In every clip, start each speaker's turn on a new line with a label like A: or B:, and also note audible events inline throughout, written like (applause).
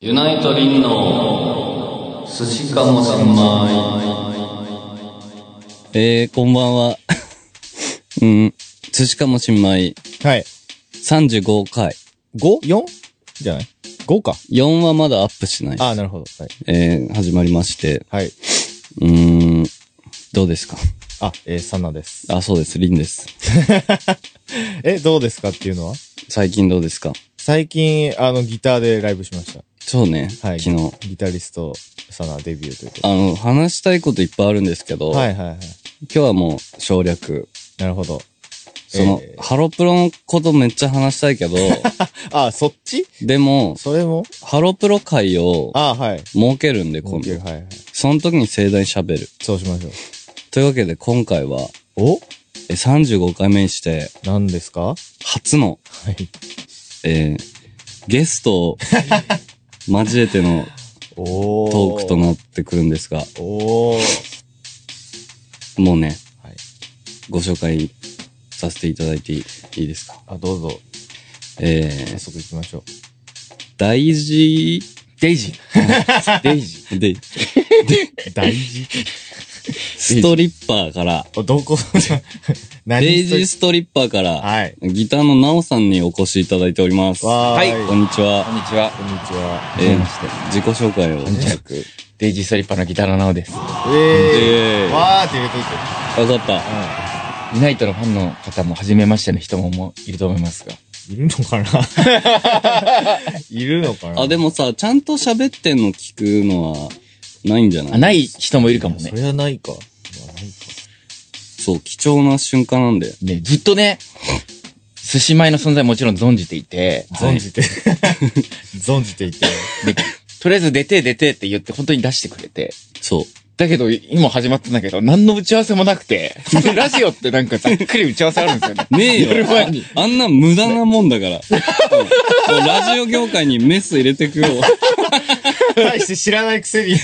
A: ユナイトリンの寿司かもしんま
B: えー、こんばんは。 (laughs) うん、寿司かもしんまい。
C: はい。
B: 35回。
C: 5?4? じゃない ?5 か。
B: 4はまだアップしない。
C: ああ、なるほど。はい。
B: えー、始まりまして。
C: はい。
B: うーん、どうですか
C: あ、えー、サナです。
B: あ、そうです。リンです。
C: え、どうですかっていうのは
B: 最近どうですか
C: 最近、あの、ギターでライブしまし
B: そうね。
C: た。はい。
B: 昨日。。
C: ギタリスト、サナデビューというこ
B: あの、話したいこといっぱいあるんですけど、
C: とで。はいはいはい。
B: 今日はもう省略。
C: なるほど。
B: その、
C: えー
B: ハロプロのことめっちゃ話したい
C: (laughs)
B: けど、
C: あ、そっち
B: でも、
C: それも
B: ハロプロ会を
C: あ、はい。
B: 設けるんで、今
C: 今
B: 度
C: 回。はいはい。
B: その時に盛大に喋る。
C: そうしましょう。
B: というわけで今回は、
C: お
B: え35回目にして、
C: 何ですかは
B: 初の、
C: い。
B: えーゲストを交えての
C: おー。
B: トークと。なってくるんですが、
C: おー。
B: もうね、
C: はい
B: ご紹介させていただいていいですか。
C: あ、どうぞ。
B: え
C: 早
B: ー、
C: 速行きましょう。
B: 大事、デイジー。デイジー。で、
C: 大事。 (laughs)
B: ストリッパーから、
C: お、どこ (laughs) 何
B: デイジー
C: し
B: ストリッパーから、
C: はい。
B: ギターのナオさんにお越しいただいております。
C: わーい
B: こんにちは。
A: こんにちは。
C: こんにちは。
B: えー自己紹介を。
A: デイジーストリッパーのギターのなおです。
C: え
B: え
C: ー。
B: ー、わ
C: わーって入れといて。
B: かった。
A: ユナイトのファンの方も、初めましての人ももういると思いますが。
C: いるのかな (laughs) いるのかな
B: あ、で
C: も、
B: もさ、ちゃんと喋ってんの聞くのは、ないんじゃない
A: あ、ない人もいるかも
C: そ
A: ね。
C: りゃないか。まあないか
B: そう、貴重な瞬間なんで。
A: ね、ずっとね、寿司米の存在もちろん存じていて、
C: 存じて、 (laughs) 存じて (laughs) いて。
A: でとりあえず出て出てって言って本当に出してくれて。
B: そう。
A: だけど、今始まってんだけど、何の打ち合わせもなくて、普通ラジオってなんかざっくり打ち合わせあるんですよね。
B: (laughs) ねえ
A: 夜
B: よ。
A: 前に。
B: あんな無駄なもんだから。うんもうラジオ業界にメス入れてくよ。
C: (laughs) 大して知らないくせに。
B: い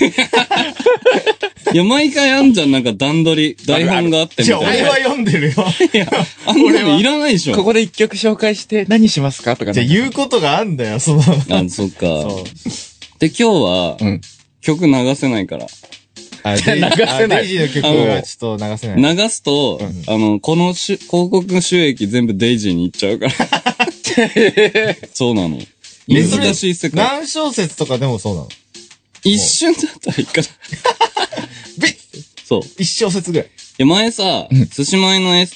B: や、毎回あんじゃん、なんか段取り、台本があってみ
C: じゃあ
B: たい
C: 俺
B: な
C: は。読んでるよ。
B: いや、あんな
C: 俺
B: の
C: はい
B: らないでし
A: こ
B: ょ。
A: こで一曲紹介して何しますかとか
C: じゃあ
A: ね。
C: 言うことがあんだよ、 (laughs) その。
B: あ、そっか。
C: そう
B: で、今日は、
A: うん。
B: 曲流せないから。
C: あ、
A: じゃあ流せない
C: あデイジーの曲はちょっと流せない。
B: 流すと、
C: ん
B: あの、このし広告の収益全部デイジーに行っちゃうから。
C: (laughs)
B: そうなの。
C: えそれ
B: 難しい世界。
C: 何小節とかでもそうなの
B: 一瞬だったらいい
A: (laughs)
B: から。
C: ビッ
B: そう。い
C: 一小節ぐらい。
B: や、前さ、寿司前の S、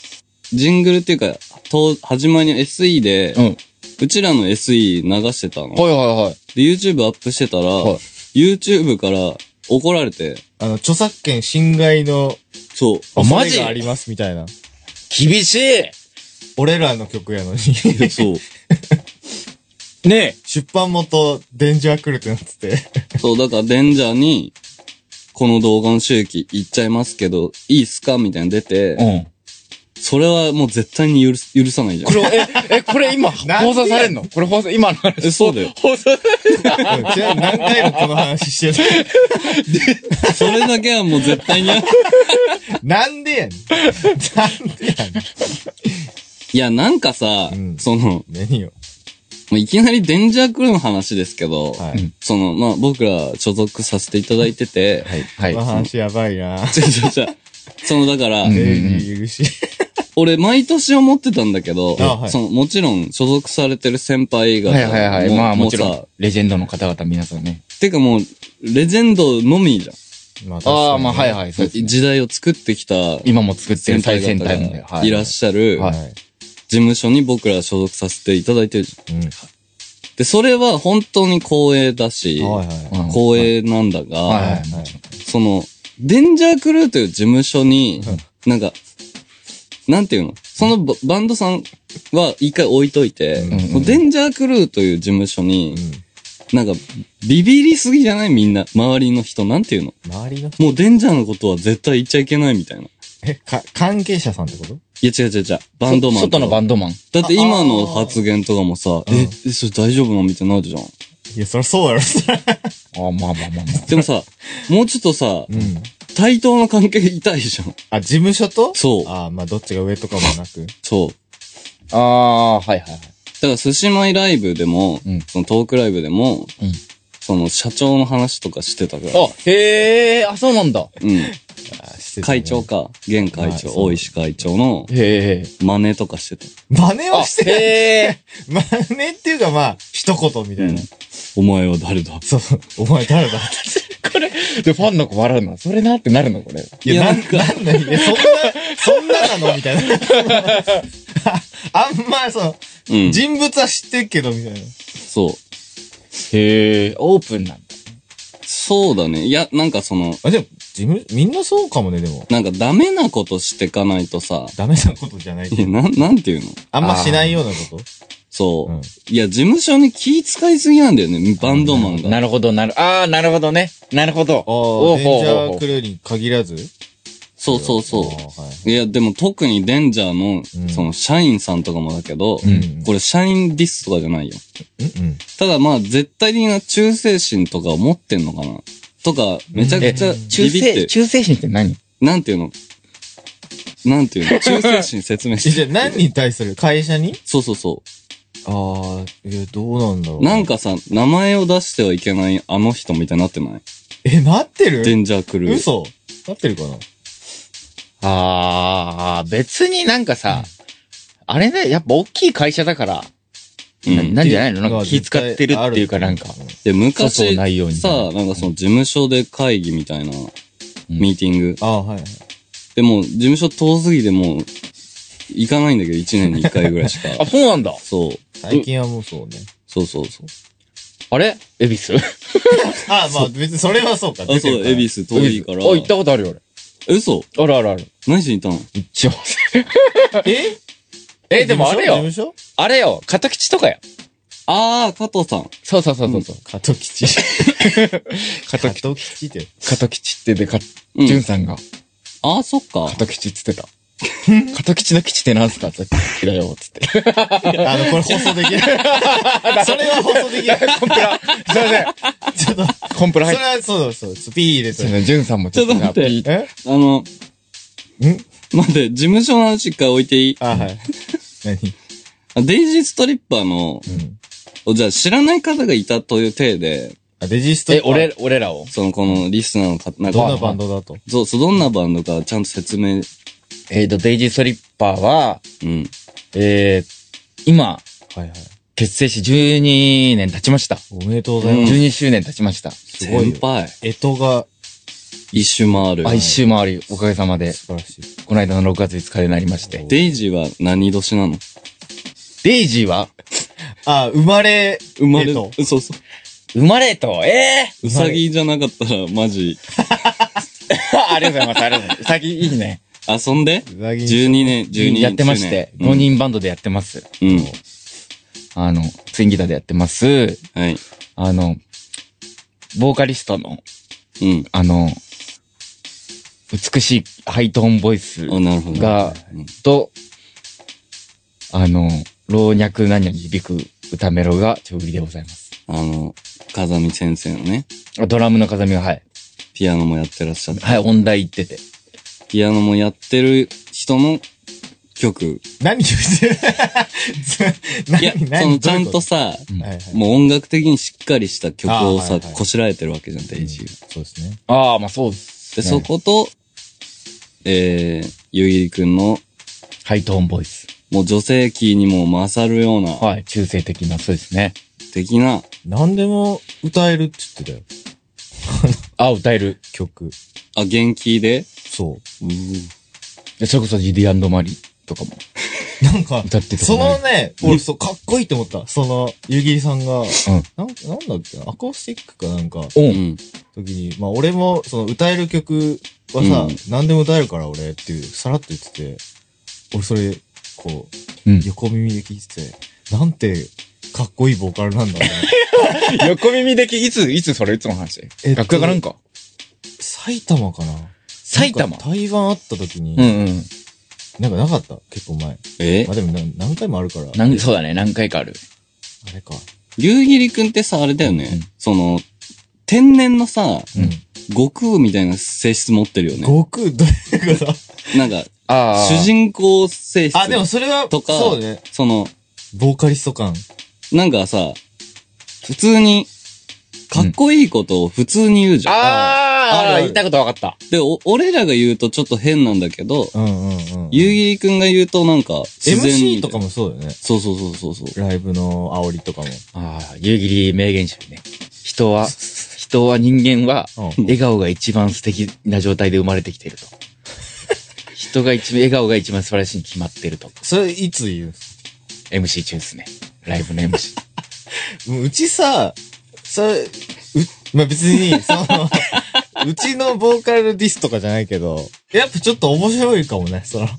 B: ジングルっていうか、と、始まりの SE で、
A: うん。
B: うちらの SE 流してたの。
A: はいはいはい。
B: で、YouTube アップしてたら、
A: はい
B: YouTube から怒られて、
C: あの、著作権侵害の
B: そう。
A: あマジ
C: 恐れがありますみたいな。
A: 厳しい
C: 俺らの曲やのに。 (laughs)
B: いやそう。
A: ね
C: 出版元、デンジャー来るってなってて。 (laughs)
B: そう、だから、デンジャーに、この動画の収益いっちゃいますけど、いいっすかみたいなの出て、
A: うん。
B: それはもう絶対に許す許さないじゃん
A: こ。れ、え、え、これ今、
C: なんで
A: 放送されんのこれ放送、今の話。
B: (laughs)
A: (laughs)
B: えそうだよ。
A: 放送されんの
C: うんちなみに何回もこの話してる。
B: それだけはもう絶対に。
C: なんでやねん。なんでやねん。
B: いや、なんかさ、
C: うん
B: その、
C: 何よ。
B: まあいきなりデンジャークルーの話ですけど、
C: は
A: うん
C: い。
B: その、まあ、僕ら所属させていただいてて、
A: はい
C: この
A: は
C: 話やばいな。
B: ちょちょちょ、その、だから、
A: うん
C: デイジーいるし。
B: 俺、毎年思ってたんだけど、
C: あはい
B: その、もちろん、所属されてる先輩
A: い。
B: が、
A: はいはいはい。まあもちろ
B: うさ
A: ん、レジェンドの方々皆さんね。
B: てかもう、レジェンドのみじゃん。
C: まあ
A: ああ、まあはい
C: い。
A: はい。そうですね
B: 時代を作ってきた
A: 今も作ってる
B: 先輩
A: 最先
B: 方
A: 端の。
B: がいらっしゃる
A: はい
C: はい。
B: 事務所に僕ら所属させていただいてるじゃん。
C: うん。
B: で、それは本当に光栄だし、
C: はいはい。
A: ゃ
B: 光栄なんだが、
A: はい
C: はいはい。
B: その、デンジャークルーという事務所に、なんか、なんていうのそのババンドさんは一回置いといて、
C: うん
B: そのデンジャークルーという事務所
C: う
B: に、
C: ん。
B: なんか、ビビりすぎじゃないみんな。周りの人、なんていうの
C: 周りの人、
B: もうデンジャーのことは絶対言っちゃいけないみたいな。い
C: え、か、関係者さんってこと
B: や違う違う違う。バンドマンと
A: 外
B: か。
A: のバンドマン。
B: だって今の発言とかもさ、
C: ー
B: え
C: うん、
B: えそれ大丈夫なのみたいになるじゃん。
C: いや、そりゃそうやろ、そりゃ
A: ああ、まあまあまあまあ。
B: でも
C: (laughs)
B: さ、もうちょっとさ、
C: うん。
B: 対等な関係痛いじゃん。
C: あ、事務所と
B: そう
C: ああ、まあどっちが上とかもなく。
B: そう。
A: ああ、はいはいはい。
B: だから、寿司米ライブでも、
A: うん
B: そのトークライブでも、
A: うん
B: そその社長の話とかしてたから。
A: あ、へえ、あ、そうなんだ。
B: うん。
C: してたね
B: 会長。か。現会
C: あ
B: 長、
C: そう
B: 大石会長の
A: へえ。
B: 真似とかしてた。
C: 真似を
A: あ、
C: して
A: へ
C: ない。
A: え。
C: 真似っていうかまあ、一言みたいな。
B: お前は誰だ
C: そう、お前誰だ
A: (laughs) これ、で、ファンの子笑うの。それなってなるの、これ。
C: いや、
B: いや
C: な
B: なん
C: ん、
B: か
C: なんだい (laughs) や、そんな、そんななのみたいな。 (laughs) ああんま、その、
B: うん。
C: 人物は知ってっけど、みたいな。
B: そう。
A: へえ、オープンなんだ。
B: そうだね。いや、なんかその、
C: あ、でも、自分、みんなそうかもね、でも。
B: なんかダメなことしてかないとさ、
C: ダメなことじゃないけ
B: いや、
C: ど。
B: なん、なんていうの
C: あんましないようなこと
B: そう、
C: うん
B: いや、事務所に気使いすぎなんだよね、バンドマンが。
A: なるほど、なる、ああ、なるほどね。なるほど。
C: ああ、デンジャーク
A: う。
C: ルーに限らず
B: そうそう
C: あ
B: そ
C: ーは
B: う。いや、でも特にデンジャーの、
C: うん
B: その、社員さんとかもだけど、
C: い。うん。
B: これ社員ディスとかじゃないよ。
C: うんうん。
B: ただまあ、絶対的な忠誠心とかを持ってんのかなとか、めちゃくちゃ
C: うん
A: 忠
B: ビビって
A: 誠、、忠誠心って何
B: なんていうのなんていうの忠誠心説明
C: (laughs) え
B: し
C: じ
B: て。
C: ゃあ何に対する会社に
B: そうそうそう。
C: ああ、いや、どうなんだろう。
B: なん、かさ、名前を出してはいけないあの人みたいになってない
C: え、なってる
B: デンジャークルー。
C: 嘘なってるかな
A: ああ、別になんかさ、あれね、やっぱ大きい会社だから、
B: うん
A: ななんじゃないのなん
C: ま
A: か
C: あ
A: 気使ってるっていうかなんか。
C: 絶対ある
B: で、
A: 粗
B: 昔
A: 相ないように
B: さ、なんかその事務所で会議みたいな、ミーティング。
C: ああ、はいはい。
B: でも、事務所遠すぎてもう、行かないんだけど、1年に1回ぐらいしか。
A: あ、そうなんだ。
B: そう。
C: 最近はもうそうね。
B: そうそうそう。
A: あれ恵比寿
C: ああ、まあ別にそれはそうか。
B: あ、
C: 出て
B: そ
C: る
B: う、
C: から
B: 恵比寿遠いから。
A: あ、行ったことあるよ、
B: 嘘
A: 俺。あるあるある。
B: 何しに行ったの
A: 行っちゃいます。
C: え
A: え、でもあれ
C: 事務
A: よ。
C: 所
A: あれよ。片吉とかよ。
B: あー、加藤さん。
A: そうそうそうそうそう。
C: 加藤吉。
A: 加
C: 加
A: 藤
C: 藤吉って。
A: 片吉ってでか、
B: うん
A: じゅんさんが、
B: あー、そっか。
A: 片吉っつって (laughs) た。片吉の吉ってなんすかって言よ、つって。
C: あの、これ放送できない。それは放送できない。
A: コンプラ、すいません。
C: ちょっと、そ
A: コンプラ入
C: れ
A: って
C: はそうそう、スピー入れ
A: すいま
C: て。
A: せん。じゅんさんも
B: ちょっと待って
A: じゃあ
C: え
B: あの、
C: ん
B: 待って、事務所の話一回置いていい
C: あ、はい。何
B: あデイジーストリッパーの、
C: うん。
B: じゃあ知らない方がいたという体で、
C: あ、レジスト
A: え、俺、俺らを
B: その、このリスナーの方、なん
C: どんな
B: か、
C: バンドだと。
B: そう、そう、どんなバンドかちゃんと説明、
A: えっと、デイジーストリッパーは、
B: うん。
A: えー、今、
C: はいはい。
A: 結成し12年経ちました。
C: おめでとうございます。
A: 12周年経ちました。
C: すごいよ
B: 先輩。
C: えとが
B: 一周回る。
A: あ、一周回り、おかげさまで、
C: 素晴らしい。
A: この間の6月5日でなりまして。
B: デイジーは何年なの
A: デイジーは
C: あ、生まれ、
B: 生まれ、
C: えと
B: そうそう。
A: 生まれと、え
B: うさぎじゃなかったらマジ、
A: ー、 (laughs) ありがとうございます、ありがとうございます。先いいね。
B: 遊んで
C: うさぎ
B: 12年、12年。
A: やってまして、
B: 10
A: 5
B: 年
A: 人バンドでやってます。
B: うん。うん
A: あの、ツインギターでやってます。
B: はい。
A: あの、ボーカリストの、
B: うん。
A: あの、美しいハイトーンボイス
B: あ、なるほど。
A: が、
B: うん
A: と、あの、老若男女に響く歌メロが手売りでございます。
B: あの、風見先生のね、
A: あドラムの風見が、はい。
B: ピアノもやってらっしゃって、
A: はい、音大行ってて。
B: ピアノもやってる人の曲。
C: 何言ってる (laughs)
B: い (laughs) や、
C: 何
B: その、ちゃんと
C: は
B: さ、
C: いはい。
B: もう音楽的にしっかりした曲を
C: あ
B: さ、
C: はいはい
B: こしらえてるわけじゃん、デイジーは。
C: そうですね。
A: ああ、まあそうです。
B: で、そこと、えー、ゆいりくんの、
A: ハイトーンボイス。
B: もう女性キーにも勝るような、
A: はい、中性的な、そうですね。
B: 的な、
C: 何でも歌えるって言ってたよ。
A: あ、歌える。
C: 曲。
B: あ、元気で、
C: そう。
A: でそれこそ GD& マリーとかも。
C: なんか、
A: 歌ってた
C: そ
A: かな
C: のね、俺、そう、かっこいいと思った。その、ゆぎりさんが、なん、なんだっけな、アコースティックかなんか、
A: うん。
B: う
A: うん。
B: ん。
C: 時に、まあ、俺も、その、歌える曲はさ、
B: うん
C: 何でも歌えるから俺っていう、さらっと言ってて、俺それ、こう、
A: うん。
C: 横耳で聞いてて、なんて、かっこいいボーカルなんだろうな。
A: (laughs) 横耳でき、いつ、いつそれいつの話
C: えっと
A: 楽屋かなんか
C: 埼玉かな
A: 埼玉
C: なんか台湾あった時に、
A: うんうん。
C: なんかなかった結構前。
B: え
C: まあ、でもな何回もあるから、
A: なんそうだね、何回かある。
C: あれか。
B: ゆうぎりくんってさ、あれだよね。
A: うん
B: その、天然のさ、
A: うん
B: 悟空みたいな性質持ってるよね。
C: 悟空、どういうこと
B: (laughs) なんか、
A: あ
B: 主人公性質。
C: あ、でもそれは、
B: とか
C: そうね。
B: その、
C: ボーカリスト感。
B: なんかさ、普通に、かっこいいことを普通に言うじゃん。
C: あるあ
A: あー
C: る
A: 言いたいこと分かった。
B: で、お俺らが言うとちょっと変なんだけど、
C: うんうんうん。
B: ゆうぎりくんが言うとなんか、自然に。
C: MC とかもそうだよね。
B: そうそうそうそうそう。
C: ライブの煽りとかも。
A: ああ、夕霧名言集ね。人は、人は人間は、
C: うん。
A: 笑顔が一番素敵な状態で生まれてきている (laughs) と。人が一、笑顔が一番素晴らしいに決まってると。
C: それ、いつ言うんす
A: MC 中ですね。ライブの MC。
C: もううちさ、それ、う、まあ、別
B: (laughs)
C: に、その、うちのボーカルディスとかじゃないけど、やっぱちょっと面白いかもね、その、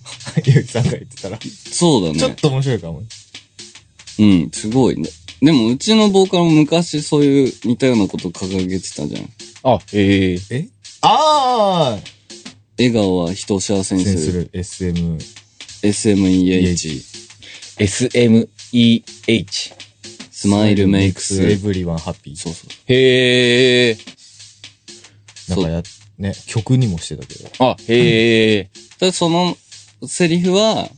C: ゆうきさんが言ってたら。ち
B: そうだ
C: ょっ
B: ね。
C: と面白いかも。
B: うん、すごいね。でも、うちのボーカルも昔そういう似たようなこと掲げてたじゃん。
A: (laughs) あ、ええ
C: えああ
B: 笑顔は人を幸せに
C: センす
B: する。
C: る SM。
B: SMEH。
A: SMEH。
B: スマイルメイクス。
C: エブリワンハッピー。
B: そうそう。
A: へえ。
C: なんかや、ね、曲にもしてたけど。
A: あ、へえ。
B: ただそのセリフは、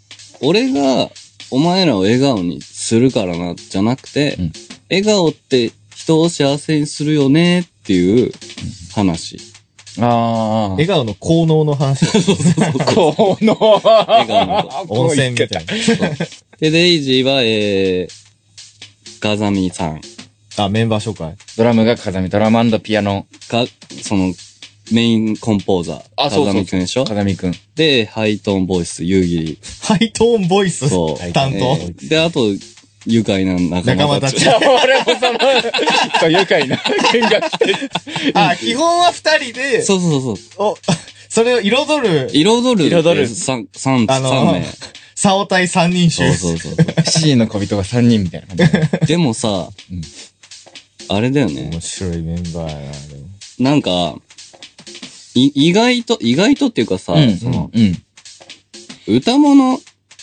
B: 俺がお前らを笑顔にするからな、じゃなくて、
A: うん
B: 笑顔って人を幸せにするよねっていう話。
A: あ
C: 笑顔の効能の話。
A: あ。この、笑
B: 顔のこ
C: 温泉みたい
B: で、デイジーは、えー、ガザミさん。
C: な。あ、メンバー紹介。
A: ドラムが風見、ドラムピアノ、
B: か、その、メインコンポーザー。
A: あそうそうそ
B: 風
A: う
B: 見くんでしょ
A: 風見くん。
B: で、ハイトーンボイス、夕霧。
C: ハイトーンボイス
B: そう
C: (laughs) 担当、
B: えーで、あと、愉快な仲
C: 仲
B: 間
C: 間
B: た
C: た
B: ち。
C: ち。
A: 俺もその、そう、愉快 (laughs) な見学
C: あ、基本は二人で、
B: そうそうそうそう。
C: お、それを彩る、
B: 彩る。
A: 彩る
B: 三、三、
C: あの
B: 三名。
C: サオタイ三人
B: そう
C: 衆。
B: そうそう。
A: C の小人が3人みたいな感
B: (laughs)
A: じ。
B: でもさ、
A: うん
B: あれだよね
C: 面。白いメンバーやな、でも。
B: なんか、い意外と、意外とっていうかさ、その、
A: うん。
B: 歌物、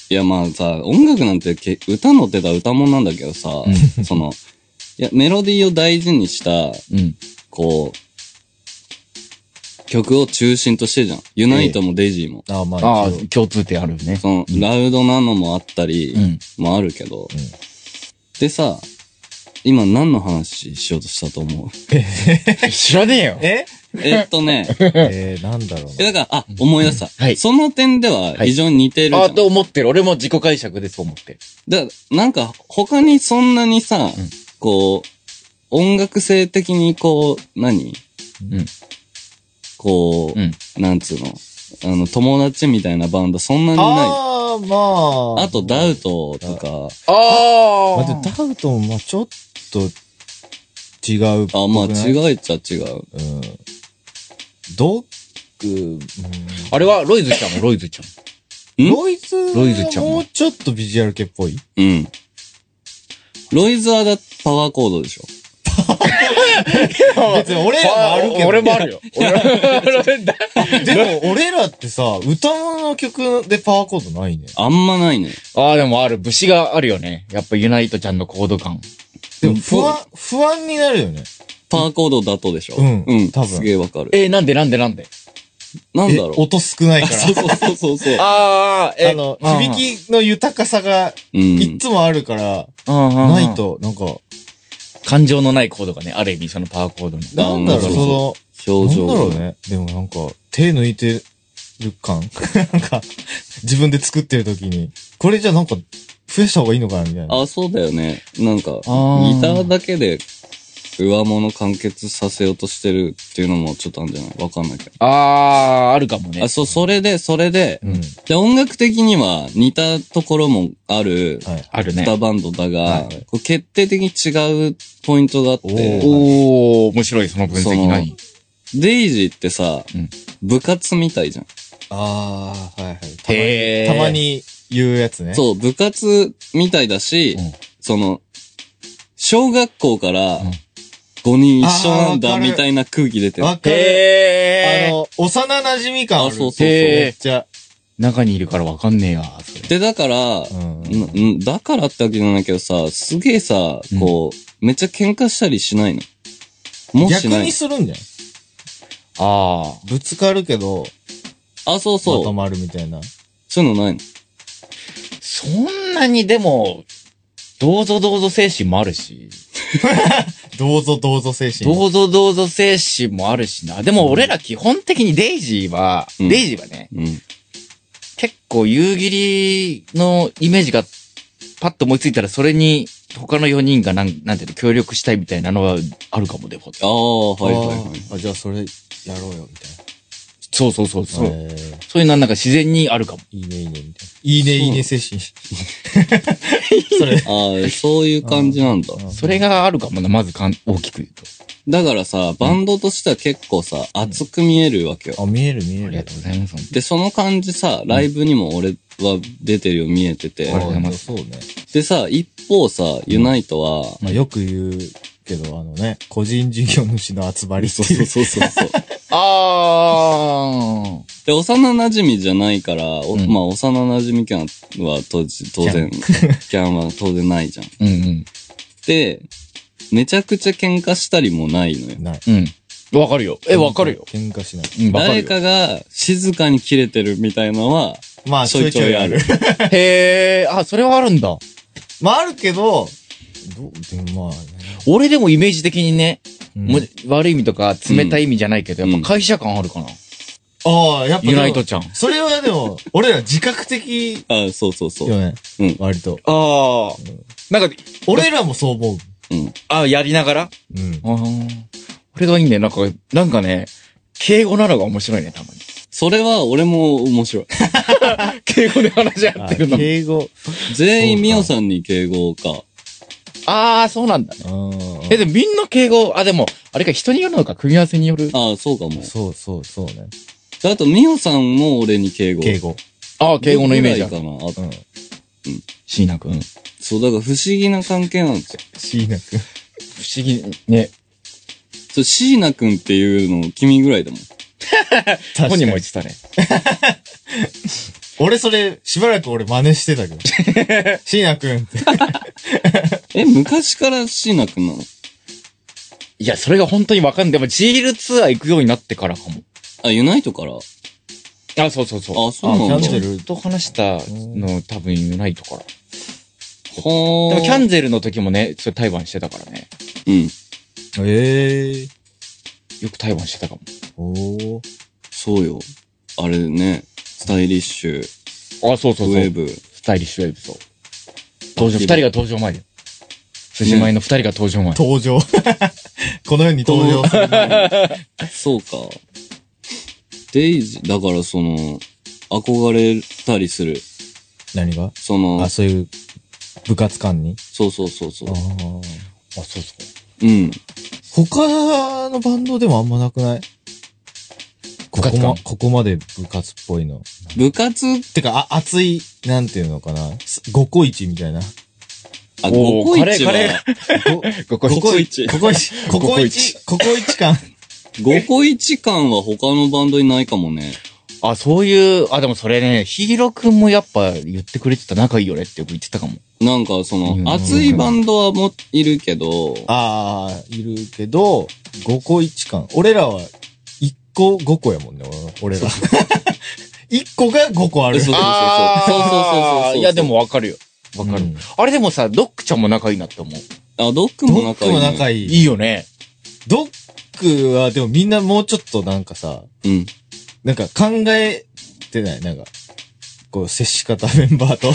B: いやまあさ、音楽なんてけ歌の手だ歌物なんだけどさ、
A: う
B: その、いや、メロディーを大事にした、
A: うん。
B: こう、曲を中心としてじゃん。ユナイトもデイジーも。
C: あ、まあ、
A: あ
C: 一応
A: あ、共通点あるね。
B: その、ラウドなのもあったり、
A: うん。
B: もあるけど、
C: うん
B: でさ、今何の話しようとしたと思う
A: 知らねえよ。
C: え
B: えっとね、
C: えー、なんだろう
B: え、
C: な。
B: だから、あ、思い出した。
A: はい
B: その点では非常に似てるじゃん。
A: ああ、と思ってる。俺も自己解釈でそう思ってる。
B: だからなんか、他にそんなにさ、こう、音楽性的にこう、何
A: うん
B: こう、
A: うん
B: なんつうのあの、友達みたいなバンドそんなにない。
C: あー、まあ。
B: あと、ダウトとか、
C: まあ。で
A: あ
C: もダウトも、まあ、ちょっと、違うっぽ
B: あ、
C: く
B: ま
C: な
B: あ
C: い。
B: 違えちゃ違う。
C: うん。ドッグ、
A: あれはロイズちゃんもロイズちゃん。
C: うん
B: ん
C: ロイズは
A: ロイズちゃんも
C: もうちょっとビジュアル系っぽい。
B: うん。ロイズはだパワーコードでしょ。
C: 別に俺らもあるけど。
A: 俺もあるよ。俺も
C: でも俺らってさ、歌の曲でパワーコードないね。
B: あんまないね。
A: ああ、でもある。武士があるよね。やっぱユナイトちゃんのコード感。
C: でも不安、不安になるよね。
B: パワーコードだとでしょ。
C: うん
B: うん。
C: 多分
B: すげえわかる。
A: えー、なんでなんでなんで
B: なんだろ
C: え
B: う。
C: 音少ないか
B: そうそうそうそう。
A: ああ、
C: ら。あの、響きの豊かさが
B: うん。
C: いつもあるから、な。
A: ない
C: と、なんか、
A: 感情のないコードがね、ある意味そのパワーコードに。
C: なんだろう、その、
B: 表
C: な
B: 情
C: んだろうね。でもなんか、手抜いてる感 (laughs) なんか、自分で作ってる時に、これじゃなんか、増やした方がいいのかな、みたいな。
B: あ、そうだよね。なんか、ギタ
A: ー
B: ーだけで上物完結させようとしてるっていうのもちょっとあるんじゃないわかんないけど。
A: ああ、あるかもね
B: あ、。そう、それで、それで、
C: うん。はい
B: で、音楽的には似たところもある。
A: あるね。
B: 二バンドだが、
C: はい
B: こう決定的に違うポイントがあっ
C: お
B: て、
A: おー、面白い、その分
B: その
A: 析何
B: デイジーってさ、
A: うん
B: 部活みたいじゃん。
C: ああ、はいはい。たまに
A: へー
C: たまに言うやつね。
B: そう、部活みたいだし、
A: うん
B: その、小学校から
A: ん
B: 5人一緒なん
C: あーわ
B: だ
C: かる
B: みたいな空気出てる。
C: わかる。あ
A: へー。
C: の、幼馴染み感ある。
B: あそうそう
A: そう
C: めっちゃ。
A: 中にいるからわかんねえや、そ
B: で、
A: れ。
B: だから、
C: うん
B: なうん、だからってわけじゃないけどさ、すげえさ、こう、めっちゃ喧嘩したりしないの。もう
C: 逆
B: しない
C: に。するんじゃない
A: あ
C: ぶつかるけど、
B: あ、そうそ
C: ま
B: う。
C: とまるみたいな。
B: そういうのないの。
A: あ。そんなにでも、どうぞどうぞ精神もあるし。
C: どうぞどうぞ精神。
A: どうぞどうぞ精神もあるしな。でも俺ら基本的にデイジーは、
B: うん
A: デイジーはね、
B: うん。
A: 結構夕霧のイメージがパッと思いついたらそれに他の4人がなん、なんていうの、協力したいみたいなのはあるかもで、ほんと
B: ああ、は
C: あー
B: いはいはい。
C: あ、じゃあそれやろうよ、みたいな。
A: そうそうそうそう。
C: えー
A: そういうのはなんか自然にあるかも。
C: いいね、いいね、みたいな。いいね、いいね、精神。それ。
B: ああ、そういう感じなんだ。
A: それがあるかもな、まずかん大きく言うと。
B: だからさ、バンドとしては結構さ、熱く見えるわけよ。
C: あ、見える見え
A: あ
C: る。
A: りがとうございます。ほんと
B: で、その感じさ、ライブにも俺は出てるよ、見えてて
A: あ。りがとうございます
C: そうね。
B: でさ、一方さ、ユナイトは、
C: まあよく言うけど、あのね、個人事業主の集まりっ
B: そ
C: て
B: う
C: い
B: そうう。そうそうそう。
A: あ
B: (laughs) で、幼馴染じゃないから、お
A: うん
B: まあ、幼馴染キャンは当時、当然、キャンは当然ないじゃん。
A: ー。うん
B: で、めちゃくちゃ喧嘩したりもないのよ。
C: ない。
A: うん。うん。わかるよ。え、わかるよ。
C: 喧嘩しない。
A: うん、わか
B: 誰
A: るよ。
B: かが静かに切れてるみたいのは、
C: まあ、
B: ち
C: ち
B: ょ
C: ょ
B: い
C: い
B: ち
C: ち
B: ょ
C: ょ
B: い
C: い
B: あ
C: あ
B: る
C: る。
A: へえ、あ、それはあるんだ。
C: まあ、あるけど、どう、でもまあね。
A: 俺でもイメージ的にね、
C: うん
A: も悪い意味とか冷たい意味じゃないけど、
B: うん
A: やっぱ会社感あるかな、
C: ああ、やっぱでも
A: ユナイトちゃん。
C: それはでも、俺ら自覚的
B: あそうそうそう。
C: よね。
B: うん
C: 割と。
A: ああ。なんか、
C: 俺らもそう思う。
B: うん。
A: あやりながら
C: うん。
A: ああ。俺がいいんだよ。なんか、なんかね、敬語なのが面白いね、たまに。
B: それは俺も面白い。
A: 敬語で話し合ってるの。
C: 敬語。
B: 全員ミオさんに敬語か。
A: ああ、そうなんだ。え、
C: え、
A: でもみんな敬語、あ、でも、あれか人によるのか、組み合わせによる。
B: ああ、そうかも。
C: そうそうそうね。
B: であと、ミオさんも俺に敬語。
C: 敬語。
A: ああ、敬語のイメージあ
B: ぐ
A: る。
B: らいかな。あ
C: うん。
A: 椎名くん。不
B: そう、だから不思議な関係なんですよ。
C: 椎名くん。
A: 思議、ね。
B: そう、椎名くんっていうの君ぐらいだもん。
A: 本人も言ってたね。
C: 俺それ、しばらく俺真似してたけど。
A: (laughs)
C: 椎名くんって。
B: え、昔から椎名くんなの
A: いや、それが本当にわかんない。でも、ジールツアー行くようになってからかも。
B: あ、ユナイトから
A: あ、そうそうそう。
B: あそうなん
C: だ
A: あキャンゼルと話したの、多分ユナイトから。
B: ほ
A: でも、キャ
B: ン、
A: ンゼルの時もね、それ対バンしてたからね。
B: うん。
C: ええ
A: よく対バンしてたかも。
C: おお。
B: そうよ。あれね、スタイリッシュ、
A: あ、そうそう
B: ウ
A: そう
B: ェ。ブ。
A: スタイリッシュウェブ、そう。登場、
B: バッキ
A: 二
B: バ
A: 人が登場前だよ。辻前の二人が登場前。
C: 登場。 (laughs) この世に登場す
A: (laughs)
C: る。
B: そうか。デイジ、だからその、憧れたりする。
C: 何が
B: その
C: あ、、そういう、部活感に
B: そうそうそうそう
C: あ。
A: あ、そうそう。
B: うん。
C: 他のバンドでもあんまなくない
A: 部
C: こ
A: 活
C: こ
A: 感
C: ま、ここまで部活っぽいの。
B: 部活、
C: てか、あ、熱い、なんていうのかな。す五個一みた
A: (laughs)
C: いな。
B: あ、
A: おー
B: 五個一
A: カレー
B: は、
A: ここ
B: コ一
C: ここ一、
A: (laughs)
C: ここ一、ここ一感。
B: (laughs) 五個一感は他のバンドにないかもね。
A: あ、そういう、あ、でもそれね、ヒーローくんもやっぱ言ってくれてた、仲いいよねってよく言ってたかも。
B: なんかそ
A: うん
B: の、熱いバンドはも、いるけど、
C: ああ、いるけど、5個1巻。俺らは、1個5個やもんね、俺
A: (laughs)
C: ら。1個が5個ある。
B: そうそうそうそうそうそうそうそうそう
A: いや、でもわかるよ。わかる。
C: うん
A: あれでもさ、ドックちゃんも仲いいなって思う。
B: あ、ドック
C: ド
B: も
C: ッ
B: 仲
C: ク
B: いい、
C: も
B: ね。
C: 仲いい。
A: いいよね。
C: ドックは、でもみんなもうちょっとなんかさ、
B: うん。
C: なんか考えてないなんか、こう、接し方メンバ
B: (laughs)
C: ーと。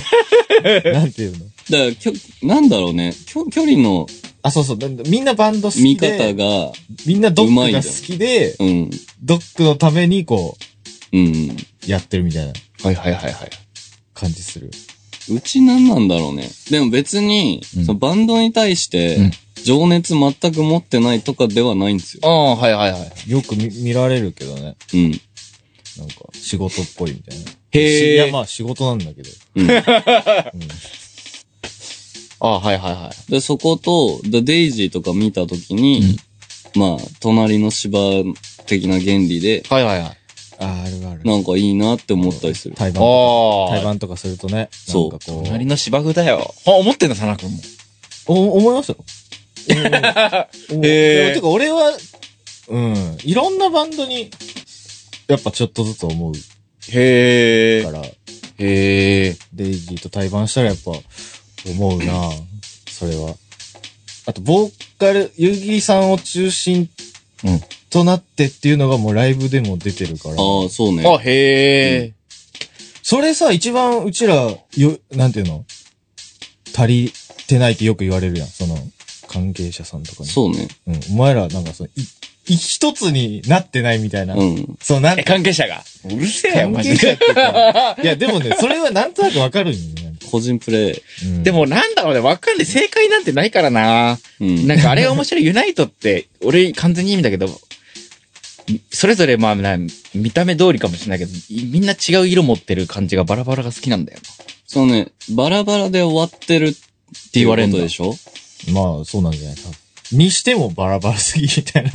C: なんていうの
B: だから、きょ、なんだろうね。きょ距離の
C: あ、そうそう。なんみんなバンド好
B: 見
C: き
B: 方
C: で、
B: が、
C: みんなドッ
B: うまい
C: ク
B: んだ
C: が
B: よ
C: 好きで、
B: うん。
C: ドックのためにこ
B: うん。
C: う、やってるみたいな
A: はいはいはいはい。
C: 感じする。
B: うち何なんだろうね。でも別に、
A: うん
B: そのバンドに対して
A: うん、
B: 情熱全く持ってないとかではないんですよ。
A: ああ、はいはいはい。
C: よく見見られるけどね。
B: うん。
C: なんか、仕事っぽいみたいな。
A: へえ
C: しいや、まあ仕事なんだけど。
B: うん、 (laughs)
C: うん
A: ああ、はいはいはい。
B: で、そこと、でデイジーとか見たときに、まあ、隣の芝的な原理で、
A: はいはいはい。
C: あ、あるある。
B: なんかいいなって思ったりする。
C: 対バンとか。
A: あ
C: 対
A: あ。
C: バンとかするとね。
B: そう
C: なんかこ
A: 隣
C: う。
A: の芝生だよ。あ、思ってんだ、田中君も。
C: お、思います
A: (laughs)
C: よ。思う
A: へー
C: でもてか俺は、うん。いろんなバンドに、やっぱちょっとずつ思う
A: へ
C: か。ら、
A: へえ。
C: デイジーと対バンしたらやっぱ、思うなそれは。あと、ボーカル、ゆうぎりさんを中心
A: うん
C: となってっていうのがもうライブでも出てるから。
B: ああ、そうね。
A: あ、へえ。
C: それさ、一番うちら、よ、なんていうの足りてないってよく言われるやん。その、関係者さんとかに。
B: そうね。
C: う。ん。お前ら、なんかその、い、い一つになってないみたいな。
B: うん。
C: そう、なん
A: え、
C: か、
A: 関係者が。うるせえよ、
C: 関
A: マ
C: 係
A: ジ
C: 者っ
A: で。
C: ていうか。いや、でもね、それはなんとなくわかるんよね。
B: 個人プレ
C: うん
A: で、もなんだろうね、わかんない。正解なんてないからな。
B: イ。うん。
A: なんかあれが面白い、ユナイトって、俺完全に意味だけど、それぞれまあな、見た目通りかもしれないけど、いみんな違う色持ってる感じがバラバラが好きなんだよな。
B: そのね、バラバラで終わってるっていうことでしょ
C: まあ、そうなんじゃないか。にしてもバラバラすぎみたいな。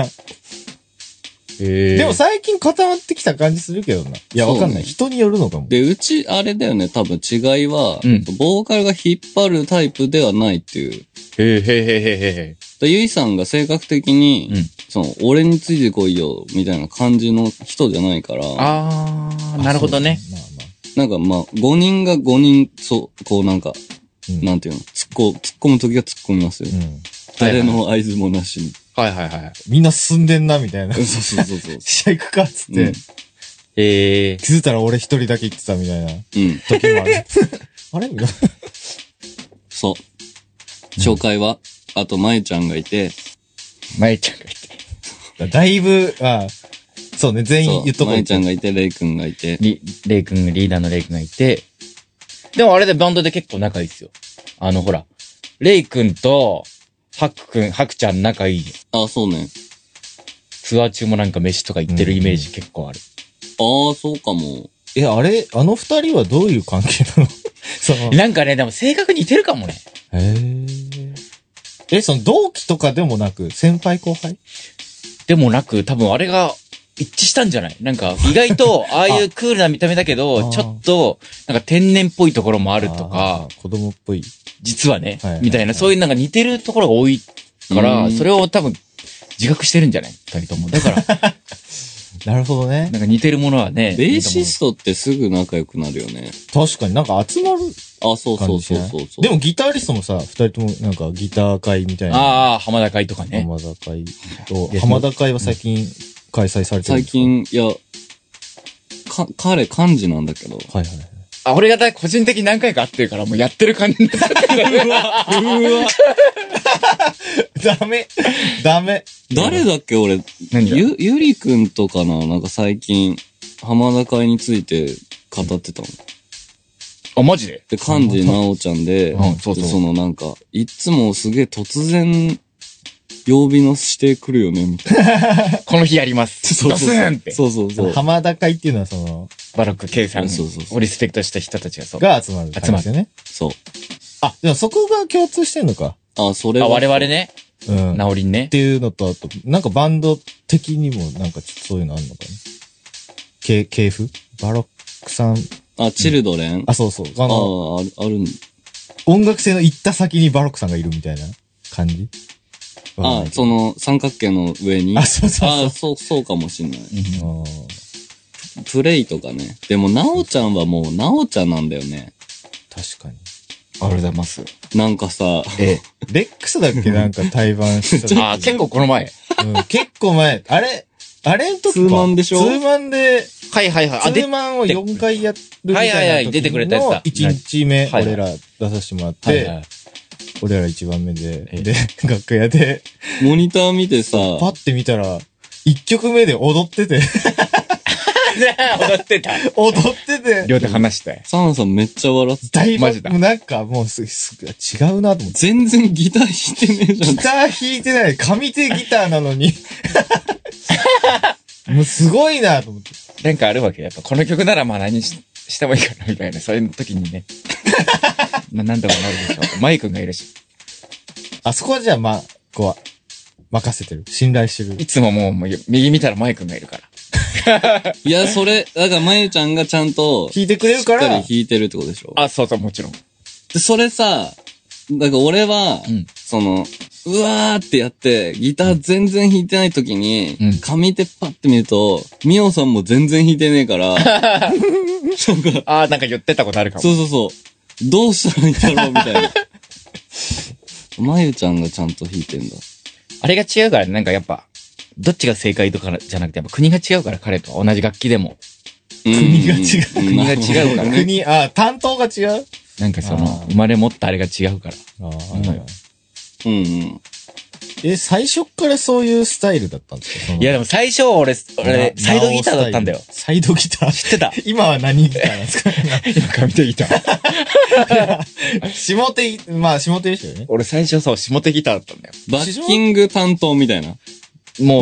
A: へ
C: でも、最近固まってきた感じするけどな。いや、
B: そう
C: わ
B: ね
C: かんない。人によるのかも。
B: で、うち、あれだよね、多分違いは、
A: うん
B: ボーカルが引っ張るタイプではないっていう。
A: へえへえへえへえへ
B: だゆいさんが性格的に、
A: うん
B: その、俺についてこいよ、みたいな感じの人じゃないから、
A: あ
C: あ
A: ー、なるほどね。。
C: そうだまあまあ。
B: なんかまあ、5人が5人、そう、こうなんか、
C: うん
B: なんていうの、突っ込む、突っ込む時は突っ込みますよ。
C: うん。
B: 誰の合図もなしに。
A: はいはいはい。
C: みんな進んでんな、みたい
B: (laughs)
C: な (laughs)
B: そ。うそうそうそう。
C: じゃあ行くか、っつって。
B: うん
A: へえ。
C: 気づいたら俺一人だけ行ってたみたい
B: (laughs)
C: な
B: うん。
C: 時もある。あれみたいな。
B: そう。紹介は、あと、まゆちゃんがいて、
A: まゆちゃんが言っ
C: (laughs)
A: て。
C: だいぶ、あそうね、全員言っ
B: そ
C: と
B: う、
C: こ
B: ま
C: う
B: ゆ。ちゃんがいて、れいくんがいて、
A: り、レイ君、リーダーのレイ君がいて、でもあれでバンドで結構仲いいっすよ。あの、ほら、レイ君と、ハク君、ハクちゃん仲いいよ。
B: あ、そうね。
A: ツアー中もなんか飯とか行ってるイメージ結構ある。
B: ああ、そうかも。
C: え、あれあの二人はどういう関係なの (laughs) その、
A: なんかね、でも性格似てるかもね。
C: へーえ、その同期とかでもなく、先輩後輩
A: でもなく、多分あれが一致したんじゃないなんか、意外と、ああいうクールな見た目だけ
C: あ
A: (laughs) ど、
C: ー
A: ちょっと、なんか天然っぽいところもあ
C: あ
A: るとか、
C: ー、子供っぽい。
A: 実はね
C: はいはいは、い
A: みたいな、そういうなんか似てるところが多いから、
B: うん
A: それを多分、自覚してるんじゃない二人とも。だから、
C: なるほどね。
A: なんか似てるものはね。
B: ベーシストってすぐ仲良くなるよね。
C: 確かになんか集まる
B: あ、そうそ
C: 感
B: う
C: じし
B: そう
C: ない
B: そうそう。
C: でも、ギタリストもさ、二人ともなんかギター会みたいな。
A: ああ、浜田会とかね。
C: 浜田会と
A: い、や
C: 浜田会は最近開催されてる
B: 最
C: んですか。
B: 近、いや、か、彼、漢字なんだけど、
C: はいはいはい。
A: あ、俺がだ個人的に何回か会ってるから、もうやってる感じになってるからね
C: ダメ。ダメ。
B: 誰だっけ俺、
A: 何が
B: ゆ、ゆりくんとかななんか最近、浜田会について語ってたの。
A: あ、マジで
B: で、漢字なおちゃんで、
A: うんそうそう
B: でそのなんか、いつもすげえ突然、曜日の指定来るよね、みたい
A: この日やります。
B: な。そうそう
A: ドス
B: そ
A: ンっ
B: う。
A: て。
B: そうそうそう。
C: 浜田会っていうのはその、
A: バロック K さん
B: そうそうそう
A: をリスペクトした人たちがそう。
C: が集まる会ですよね。
B: そう。
C: あ、でもそこが共通してんのか。
B: あ、それ
A: あ
B: は。
A: 我々ね、
C: うん。っ
A: ナオリンね。
C: ていうのと、あと、なんかバンド的にもなんかちょっとそういうのあるのかね。け系譜バロックさん。
B: あ、チルドレン
C: あ、そうそう。あ
B: あ
C: の、
B: あ、ある、あるん
C: 音楽性の行った先にバロックさんがいるみたいな感じ
B: あ、そ。の三角形の上に。
C: あ、そうそう
B: あそう、そうかもしんない。
A: うん
C: そう。うん
B: プレイとかね。でも、なおちゃんはもう、なおちゃんなんだよね。
C: 確かに。
A: ありがとうございます。
B: なんかさ、
A: え
C: レックスだっけなんか対バンし
A: え。
C: た。
A: (laughs) あ結構この前。
C: うん、結構前。あれあれの時か
B: ツーマンでしょ
C: ツーマンで、
A: はいはいはい。
C: ツ
A: あ、で
C: ー、マンを4回やるみたいな時の。
A: はいはいはい出てくれたやつだ
C: 1日目、
A: はい
C: 俺ら出させてもらっ
A: はい
C: て
A: はい、
C: 俺ら1番目で、
A: ええ
C: で、 (laughs) 楽屋で、
B: モニター見てさ、
C: パッて見たら、1曲目で踊ってて、
A: (laughs)
C: (laughs)
A: 踊ってた。
C: 踊ってて、
A: 両手離したよ。
B: サナさんめっちゃ笑ってた。
C: だい
A: マジだ
C: ぶ、なんかもうす、す、違うなと思って。
B: 全然ギター弾いてねえじゃん
C: ギ。ター弾いてない、紙手ギターなの
A: (laughs)
C: に。もうすごいなと思って。
A: なんかあるわけやっぱこの曲ならまあ何ししてもいいかなみたいな、そういう時にね。 (laughs) まあ何とかなるでしょう。マイ君がいるし。
C: あそこはじゃあ、まあ、こう、任せてる。信頼してる。
A: いつももうもう右見たらマイ君がいるから。
B: いや、それ、だから、まゆちゃんがちゃんと、
C: 弾いてくれるから
B: しっかり弾いてるってことでしょ。
A: あ、そうそう、もちろん。
B: で、それさ、だから俺は、
A: うん
B: その、うわーってやって、ギター全然弾いてない時に、
A: うん
B: 紙手パッて見ると、ミオさんも全然弾いてねえから、なんか
A: ああ、なんか言ってたことあるかも。
B: そうそうそう、どうしたらいいんだろうみたいな。 (laughs) まゆちゃんがちゃんと弾いてんだ。
A: あれが違うからね、なんかやっぱ、どっちが正解とかじゃなくて、やっぱ国が違うから彼とは同じ楽器でも。
B: 国
C: が違う
A: 国が違うから
C: (laughs)
A: ね。
C: 国、あ、担当が違う
A: なんかそ
C: あ
A: の、
C: ー
A: 生まれ持ったあれが違うから。
C: あ
A: いはい
B: うんうん。
C: え、最初っからそういうスタイルだったんですか
A: いやでも最初俺、俺、サイドギターだったんだよ。。
C: サイドギター (laughs)
A: 知ってた
C: 今は何ギター
A: (laughs)
C: なんですか
A: 今、紙手ギター。
C: 下手ぎ、まあ下手ですよね。
A: 俺最初そう、下手ギターだったんだよ。
B: バッキング担当みたいな。
A: も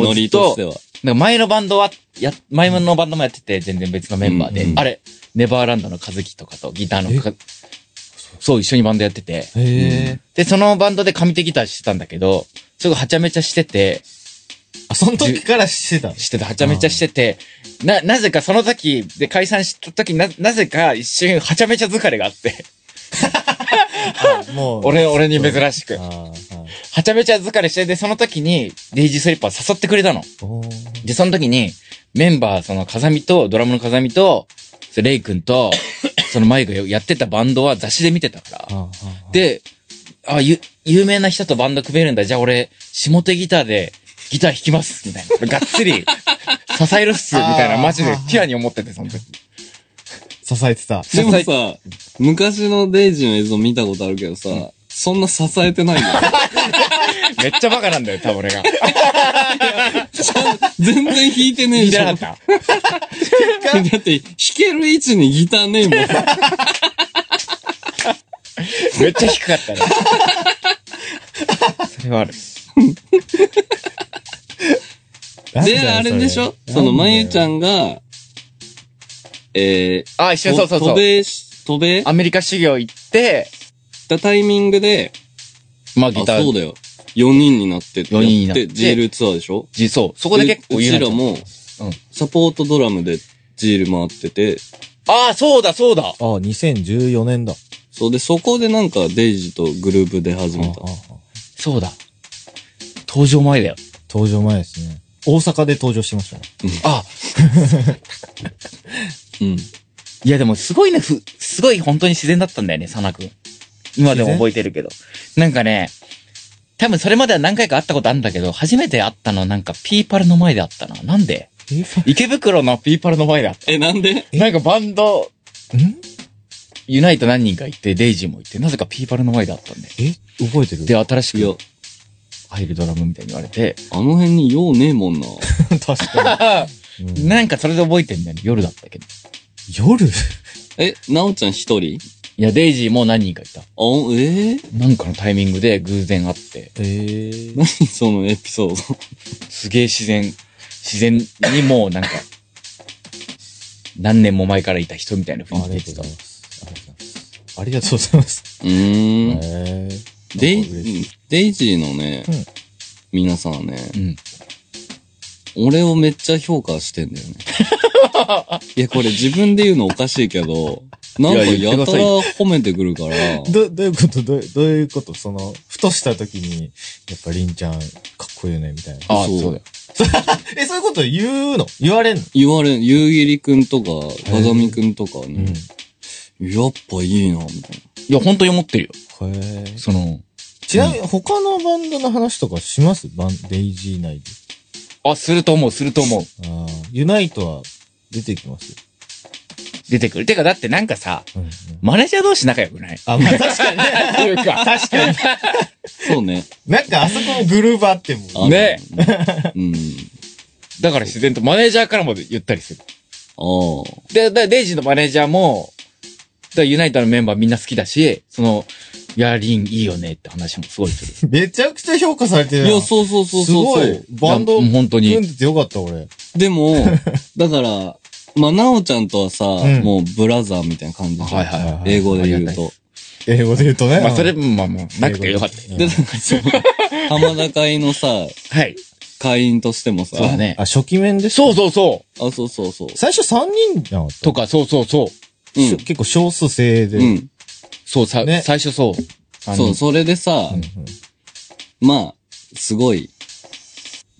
B: ノ
A: うずっ
B: リとし
A: と
B: て、は。
A: なんか前のバンドは、や、前のバンドもやってて、全然別のメンバーで、
B: うんうん
A: あれ、ネバーランドの和樹とかとギターのか、そう、一緒にバンドやってて、
C: へえ。
A: で、そのバンドで上手ギターしてたんだけど、すごいはちゃめちゃしてて、
C: あ、その時からしてたの
A: してて、はちゃめちゃしてて、な、なぜかその時で解散した時な、なぜか一瞬はちゃめちゃ疲れが
B: (laughs)
A: あって、
C: あもう。
A: 俺、俺に珍しく。
C: ああ、はい
A: はちゃめちゃ疲れして、で、その時に、デイジースリッパー誘ってくれたの。
C: おー
A: で、その時に、メンバー、その、風見と、ドラムの風見と、それレイ君 (coughs) と、そのマイクがやってたバンドは雑誌で見てたから。
C: ああ、
A: で、あ、ゆ、有名な人とバンド組めるんだ。じゃあ俺、下手ギターで、ギター弾きます。みたいな。がっつ (laughs) り、支えるっす。みたいな、
C: あー
A: マジで、ピュアに思ってて、その時。
C: 支えてた。
B: でもさ、昔のデイジの映像見たことあるけどさ、そんな支えて
A: (laughs)
B: ないんだよ。
A: めっちゃバカなんだよ、多分 (laughs) 俺が。
B: 全然弾いてねえ
A: 見
B: じ
A: て
B: ゃ。
A: なん
B: だ
A: かっ
B: って、弾ける位置にギターねえもん。
A: た。めっちゃ低かったね。 (laughs) それはある。
B: で、あれでしょその、まゆちゃ
C: ん。
B: んが、えー、
A: あ、一緒にそうそうそ
B: と
A: う
B: 渡。米し、渡米行
A: アメリカ修行行って、
B: ったタイミングで、
A: まあ
B: あ、
A: ギター
B: そうだよ。4人になってって
A: 四人になって
B: や GL ツアーでしょ
A: じそう。そこで結構
B: う
A: 有名
B: ち
A: な
B: らも、
A: うん
B: サポートドラムで GL 回ってて、
A: ああ、そうだ、そうだ。
C: ああ、2014年だ。
B: そうで、そこでなんかデイジとグループで始めた
C: あ。あああ
A: そうだ。登場前だよ。
C: 登場前ですね。大阪で登場してましたね。
A: あ、
B: うん。
A: いやでもすごいね、ふ、すごい本当に自然だったんだよね、サナ君。今でも覚えてるけど。なんかね、多分それまでは何回か会ったことあるんだけど、初めて会ったのはなんかピーパルの前で会ったな。なんで (laughs) 池袋のピーパルの前で会っ
B: え、なんで
A: た。なんかバンド、
C: ん
A: ユナイト何人か行って、デイジーも行って、なぜかピーパルの前で会ったんだよ。
C: え覚えてる
A: で、新し
B: いや
A: く、入るドラムみたいに言われ (laughs) て、
B: あの辺に用ねえもんな。
C: (laughs) 確かに。うん
A: なんかそれで覚えてんだよね。夜だったけど。 (laughs)
C: 夜
B: え、なおちゃん一人
A: いや、デイジーも何人かいた。
B: あ、えー、 (laughs)
A: なんかのタイミングで偶然会って、
C: ええ。
B: 何そのエピソー
A: すげえ自然、自然にもうなんか、何年も前からいた人みたいな
C: あ
A: 雰
C: り
A: 囲
C: が
A: 気
C: とうござ
A: で言っ
C: い
A: て
C: ます。ありがとうございます。
B: ド。うーん。
C: へえ。
B: デイ
C: 嬉しい、
B: デイジーのね、
C: うん
B: 皆さんはね、
A: た。うん。
B: 俺をめっちゃ評価してんだよ
A: (laughs)
B: ね。いや、これ自分で言うのおかしいけど、なんか
A: いや
B: や
A: 言
B: た
A: ってくだ
B: ら
A: さい
B: 褒めてくるから、
C: ど、 (laughs) どういうことどうどういうことその、ふとした時に、やっぱりんちゃん、かっこいいよね、みたいな。
A: ああ、
B: そう
A: そうだよ。
C: え、そういうこと言うの言われんの
B: 言われん、夕霧くんとか、風見くんとか
C: うん。
B: ね
C: へ、
B: やっぱいいな、みたい
A: いや、本当に思ってるよ。
C: え。
A: その、
C: ちなみに、他のバンドの話とかしますバン、デイジー内で。
A: あ、すると思う、すると思う。
C: ああ、ユナイトは出てきますよ。
A: 出てくる。てか、だってなんかさ、
C: うんうん。
A: マネージャー同士仲良くない
C: あ、まあ確かにね。
A: っていうか、
C: 確か
B: な。
C: に。
B: そう
A: (laughs)
B: ね。
C: なんかあそこもグルーブあっても。
B: あの
A: ね。
B: うん。
A: だから自然とマネージャーからも言ったりする。
B: ああ。
A: で、でデイジーのマネージャーも、だユナイトのメンバーみんな好きだし、その、いや、リンいいよねって話もすごいする。
C: めちゃくちゃ評価されてるやん。
B: いや、そうそうそう
C: す
B: そう
C: ご
B: そ。。
C: いうバンド
A: いやもう本当に
C: 組んでてよかった、俺。
B: で
A: (laughs)
B: も、だから、まあ、なおちゃんとはさ、
C: ん
B: もうブラザーみたいな感じじゃん
A: はいはいはい
B: 英語で言うと。
C: 英語で言うとね。
A: まあ、それ、まあまあ、なくてよかったよ。 (laughs)
B: で、なんかその、浜田会のさ、
A: はい。
B: 会員としてもさ、
A: そうだね
C: あ、。初期面でしょ
A: そうそうそう。
B: あ、そうそうそう。
C: 最初3人じゃなかった
A: とか、そうそうそう。
B: うん
C: 結構少数制で。
B: う
C: うん
B: ん。
A: そう、さ、
C: ね
A: 最初そう。
B: そう、それでさ
C: う、ん
B: まあ、すごい。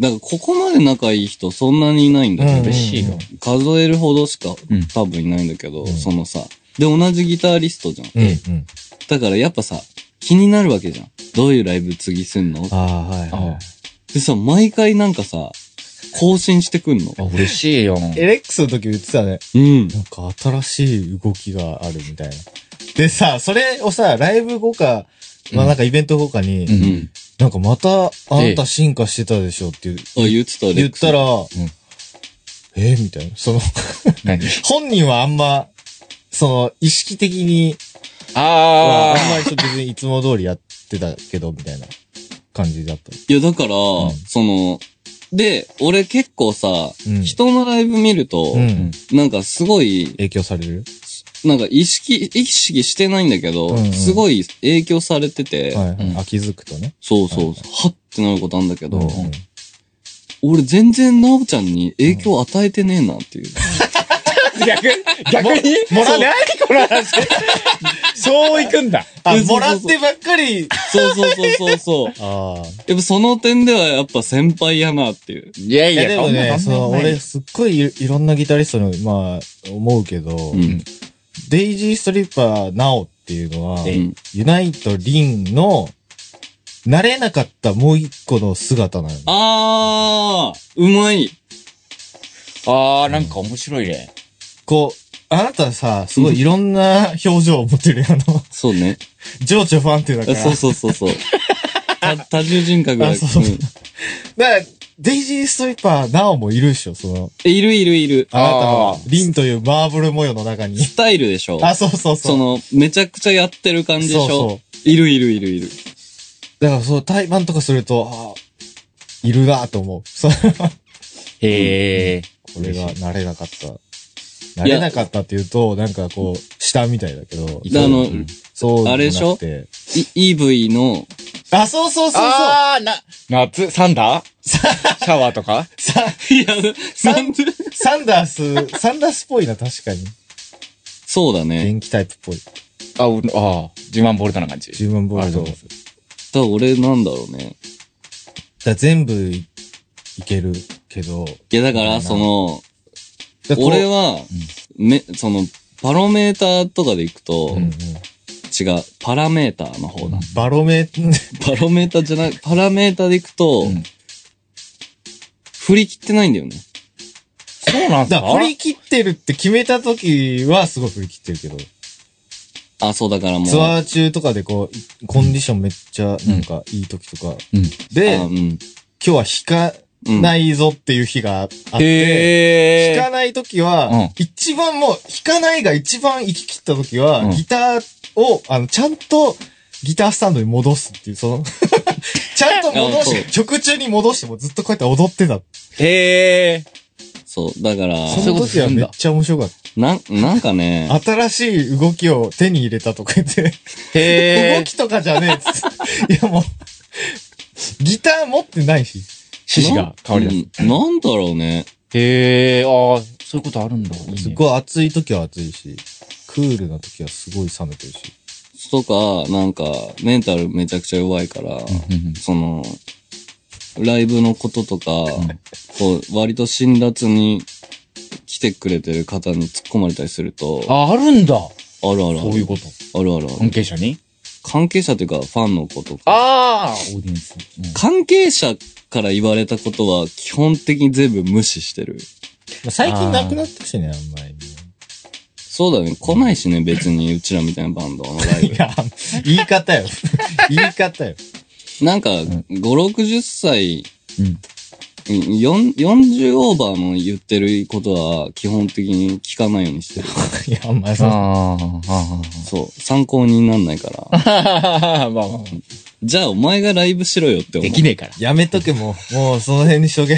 B: だから、ここまで仲いい人そんなにいないんだ
C: うん
B: け
A: 嬉しいの
C: う
B: ど、数えるほどしか
A: うん
B: 多分いないんだけど、
C: ん
B: そのさ、で、同じギタリストじゃん。
C: んうん。
B: だからやっぱさ、気になるわけじゃん。どういうライブ次すんの
C: ああ、はい、
A: あ
B: でさ、毎回なんかさ、更新してくんの
A: あ、。嬉しいよ。
C: エレックスの時言ってたね。
B: うん。
C: なんか新しい動きがあるみたいな。でさ、それをさ、ライブ後か、まあ
A: うん
C: なんかイベント後かに、
A: う
B: うん。
C: なんかまた、あんた進化してたでしょっていう
B: あ、言ってた、レ
C: 言
B: ッ
C: っ
B: クス
C: たら、えみたいな。その、
A: 何
C: 本人はあんま、その、意識的には、
A: あ
C: あんまりそう別にいつも通りやってたけど、みたいな感じだった。
B: いや、だから、
C: うん
B: その、で、俺結構さ、
C: うん
B: 人のライブ見ると、
C: うん。
B: なんかすごい、
C: 影響される
B: なんか意識、意識してないんだけど、
C: うんうん
B: すごい影響されてて、
C: はいはい。
A: うん
C: あ、気づくとね。
B: そうそう、
C: はい
B: はってなることあるんだけど、
C: うんうん
B: 俺全然なおちゃんに影響を与えてねえなっていう。
D: 逆、逆に
C: ももら
D: そう何この話。そう行くんだ。
C: あ、
B: そうそうそう
C: もらってばっかり。
B: そうそうそうそう
C: (laughs)
B: そう。
C: ああ。
B: やっぱその点ではやっぱ先輩やなっていう。
A: ー。いやい
C: いや、
A: や、
C: でもね、
A: そ
C: その、
A: んなそんなことない
C: 俺、すっごいいいろんなギタリストの、まあ、思うけど、
B: うん。
C: デイジーストリッパー、ナオっていうのは、
A: え
B: うん
C: ユナイト・リンの、慣れなかったもう一個の姿なの。
B: あー、うまい。
A: あー、なんか面白いね。
C: こう、あなたさ、すごいいろんな表情を持ってるやんあの、
B: そうね。
C: 情緒不安定だか
B: あ
C: ら。
B: そうそうそう
C: (laughs)
B: そう。た多重人格だ。
C: あそう
B: うん
C: だから、デイジーストリッパー、ナオもいるでしょ、その、
B: えいるいるいる。
C: あなた
A: あ
C: は
A: ー、
C: リンというマーブル模様の中に。
B: スタイルでしょ。
C: あ、そうそうそう。
B: その、めちゃくちゃやってる感じでしょ。
C: そうそ
B: いるいるいるいる。
C: う。だから、そう、対バンとかすると、あーいるなと思う。
B: (laughs)
C: そう
A: へえ。
C: これが慣れなかった。慣れなかったって言うと、なんかこう、下みたいだけど、
B: であの、
A: うん
C: そうじゃなくて
B: あれでしょイ EV の、
C: あ、そうそうそうそう。
A: あー、な、夏、サンダーシャワーとか
C: サ
B: いや、なん
C: ん
B: で
C: サンダース、サンダースっぽいな、確かに。
B: そうだね。
C: 電気タイプっぽい。
A: あ、おあー、10万ボルトな感じ。
C: 10万ボ
A: あ
C: ル
A: りがと
C: ト。
A: うご
C: だ
A: ざい
C: か
A: ます
B: だから俺なんだろうね。
C: ら全部いいけるけど。
B: いや、だから、その、
C: だからこう、
B: 俺は、め、その、パロメーターとかでいくと、
C: うんうん、
B: 違う、パラメーターの方だ。
C: バロメー、
B: パロメーターじゃない、パラメーターでいくと、
A: うん
B: 振り切ってないんだよね。
A: そうなん
B: (laughs)
A: す
C: だ
A: か
C: から振り切ってるって決めた時はすごい振り切ってるけど、
B: あ、そうだからもう。
C: ツアー中とかでこう、コンディションめっちゃなんかいい時とか、
A: うん
C: で、
B: あう
C: 今
B: ん。
C: 日は弾か
B: うん。
C: ないぞっていう日があって、
A: へ
C: 弾か
A: ー
C: ない時は、
A: うん
C: 一番もう、弾かないが一番行き切った時は、
A: うん
C: ギターを、あの、ちゃんとギタースタンドに戻すっていう、その、 (laughs) ちゃんと戻
B: あそう
C: して、曲中に戻して、もうずっとこうやって踊ってた。
A: へー。
B: そう。だから、
A: う
C: その時はめっちゃ面白かっ
B: なん、なんかね
C: た。、新しい動きを手に入れたとか言って、
A: へ
C: 動
A: ー。
C: きとかじゃねえっつって。いやもう、ギター持ってないし。
A: 獅子が変わりだす。
B: うんなんだろうね。
A: へー、あー、そういうことあるんだ。いいね
C: すごい暑い時は暑いし、クールな時はすごい冷めてるし。
B: とか、なんか、メンタルめちゃくちゃ弱いから、
A: うんうん
B: その、ライブのこととか、こう、割と辛辣に来てくれてる方に突っ込まれたりすると、あ
A: あ、あるんだ。
B: るあるある。
A: そういうこと。
B: あるあるあ
A: 関
B: る。
A: 係者に
B: 関係者というか、ファンのことか。
A: ああオーディエンス。うん
B: 関係者から言われたことは、基本的に全部無視してる。
C: まあ最近なくなったしね、あんまりね。
B: そうだね。来ないしね、別に、うちらみたいなバンドのライ
A: (laughs)
C: いや、言い方 (laughs) よ。言い方よ。
B: ブ。なんか、5、60歳、
A: うん
B: うん、40オーバーの言ってることは、基本的に聞かないようにしてる。
C: いや、あんまりそう。
A: あーあ
B: そう。参考になんない
C: (laughs)
B: から。
A: ー。まあまあ。
B: じゃあ、お前がライブしろよって思
A: で
B: う。
A: きねえから。
C: やめとけ、もう。もう、その辺にしと (laughs) け。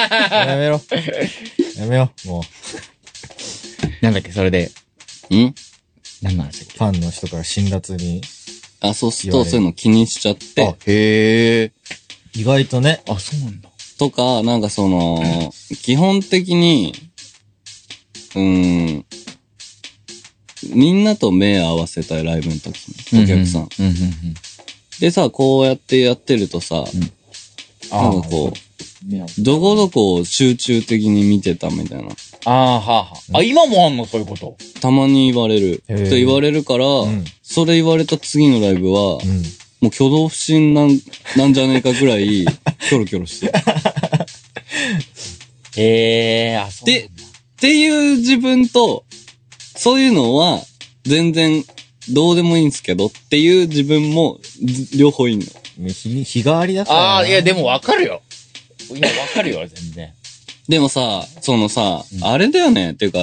C: やめろ。やめよう、もう。
A: なんだっけ、それで。
B: ん
A: 何の話だっ
C: ファンの人から辛辣に。
B: あ、そうする
C: 言
B: と、
C: われる
B: そういうの気にしちゃって、
A: けへえ。
C: 意外とね。
A: あ、そうなんだ。
B: とか、なんかその、基本的に、うーん、みんなと目合わせたいライブの時に、お客さん。
A: うんうんうん。
B: でさ、こうやってやってるとさ、
A: ん
B: なんかこ
A: 見なかっ
B: どこどこを集中的に見てたみたいな。
A: たああ、はあ、はあ。あ、今もあんのそういうこと。
B: たまに言われる。
C: へー
B: と言われるから、
C: ん
B: それ言われた次のライブは、
C: う
B: も
C: ん。
B: う挙動不審なん、なんじゃねえかぐらい、キョロキョロしてる。っ
A: ええー、あ、そう。
B: で、ていう自分と、そういうのは、全然、どうでもいいんですけどっていう自分も、ず両方いいの。
C: 日に、日替わりだからな。
A: ああ、いや、でもわかるよ。今わかるよ、全然。
B: でもさ、そのさ、
A: うん
B: あれだよね。っていうか、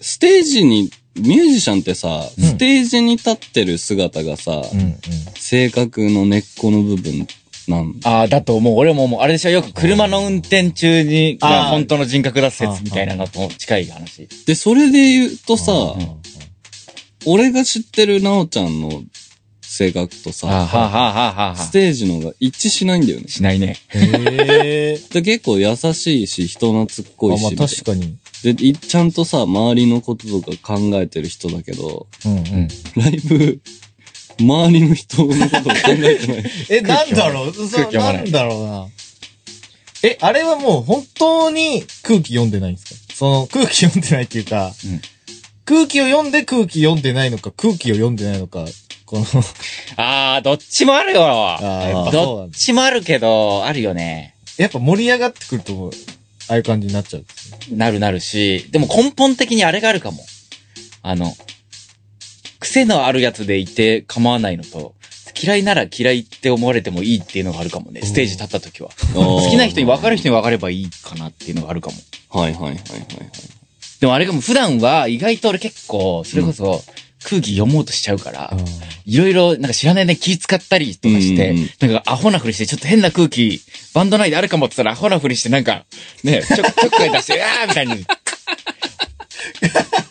B: ステージに、ミュージシャンってさ、
C: ん
B: ステージに立ってる姿がさ、
C: うんうん。
B: 性格の根っこの部分なん
A: ああ、だと思う。俺ももう、あれでしょ、よく車の運転中に、
C: あー
A: が本当の人格だ説みたいなのと近い話。
B: で、それで言うとさ、
C: うんうん
B: 俺が知ってるなおちゃんの性格とさ、
A: あーはあ、はあ、はあ、はあ、は
B: ス
A: あ。
B: テージの方が一致しないんだよね。
A: しないね。
C: へえ。
B: で結構優しいし、人懐っ
C: あ、
B: こ
C: ま
B: いし。
C: あ確かに。
B: で、いちゃんとさ、周りのこととか考えてる人だけど、
C: うんうん。
B: ライブ、周りの人のことを考えてない。
C: え、なんだろうそ
A: 空気読ま
C: な
A: ない
C: んだろうな。え、あれはもう本当に空気読んでないんですかその空気読んでないっていうか、
A: うん
C: 空気を読んで空気読んでないのか、空気を読んでないのか、この、 (laughs)
A: ああ、どっちもあるよ。
C: あーやっぱそうな
A: ど
C: ん
A: っ
C: だ
A: ちもあるけど、あるよね。
C: やっぱ盛り上がってくると、ああいう感じになっちゃうんですね。
A: なるなるし、でも根本的にあれがあるかも。あの、癖のあるやつでいて構わないのと、嫌いなら嫌いって思われてもいいっていうのがあるかもね。ステージ立った時は。好
B: 好
A: きな人に分かる人に分かればいいかなっていうのがあるかも。
B: はいはいはいはいはい。
A: でもあれかも、普段は意外と俺結構、それこそ空気読もうとしちゃうから、いろいろなんか知らないね気使ったりとかして、
B: うんうん
A: なんかアホなふりして、ちょっと変な空気、バンド内であるかもって言ったらアホなふりしてなんか、ね、ちょ、ちょっかい出して、うわーみたいに。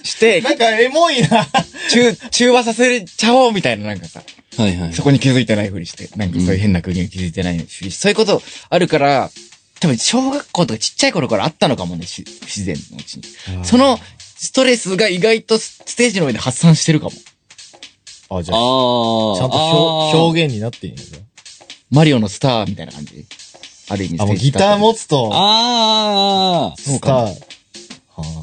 A: して、
C: なんかエモいな。
A: 中、中和させちゃおうみたいななんかさ、
B: はいはい。
A: そこに気づいてないふりして、なんかそういう変な空気に気づいてないふりして、そういうことあるから、多分小学校とかちっちゃい頃からあったのかもね、し不自然のうちに。そのストレスが意外とステージの上で発散してるかも。
C: あ、じ
B: あ
C: ゃあ、
B: ー
C: ちゃんと表表現になっていいんだね。
A: マリオのスターみたいな感じ。ある意味
C: あ、もうギター持つと、
B: あー
C: スター。はあ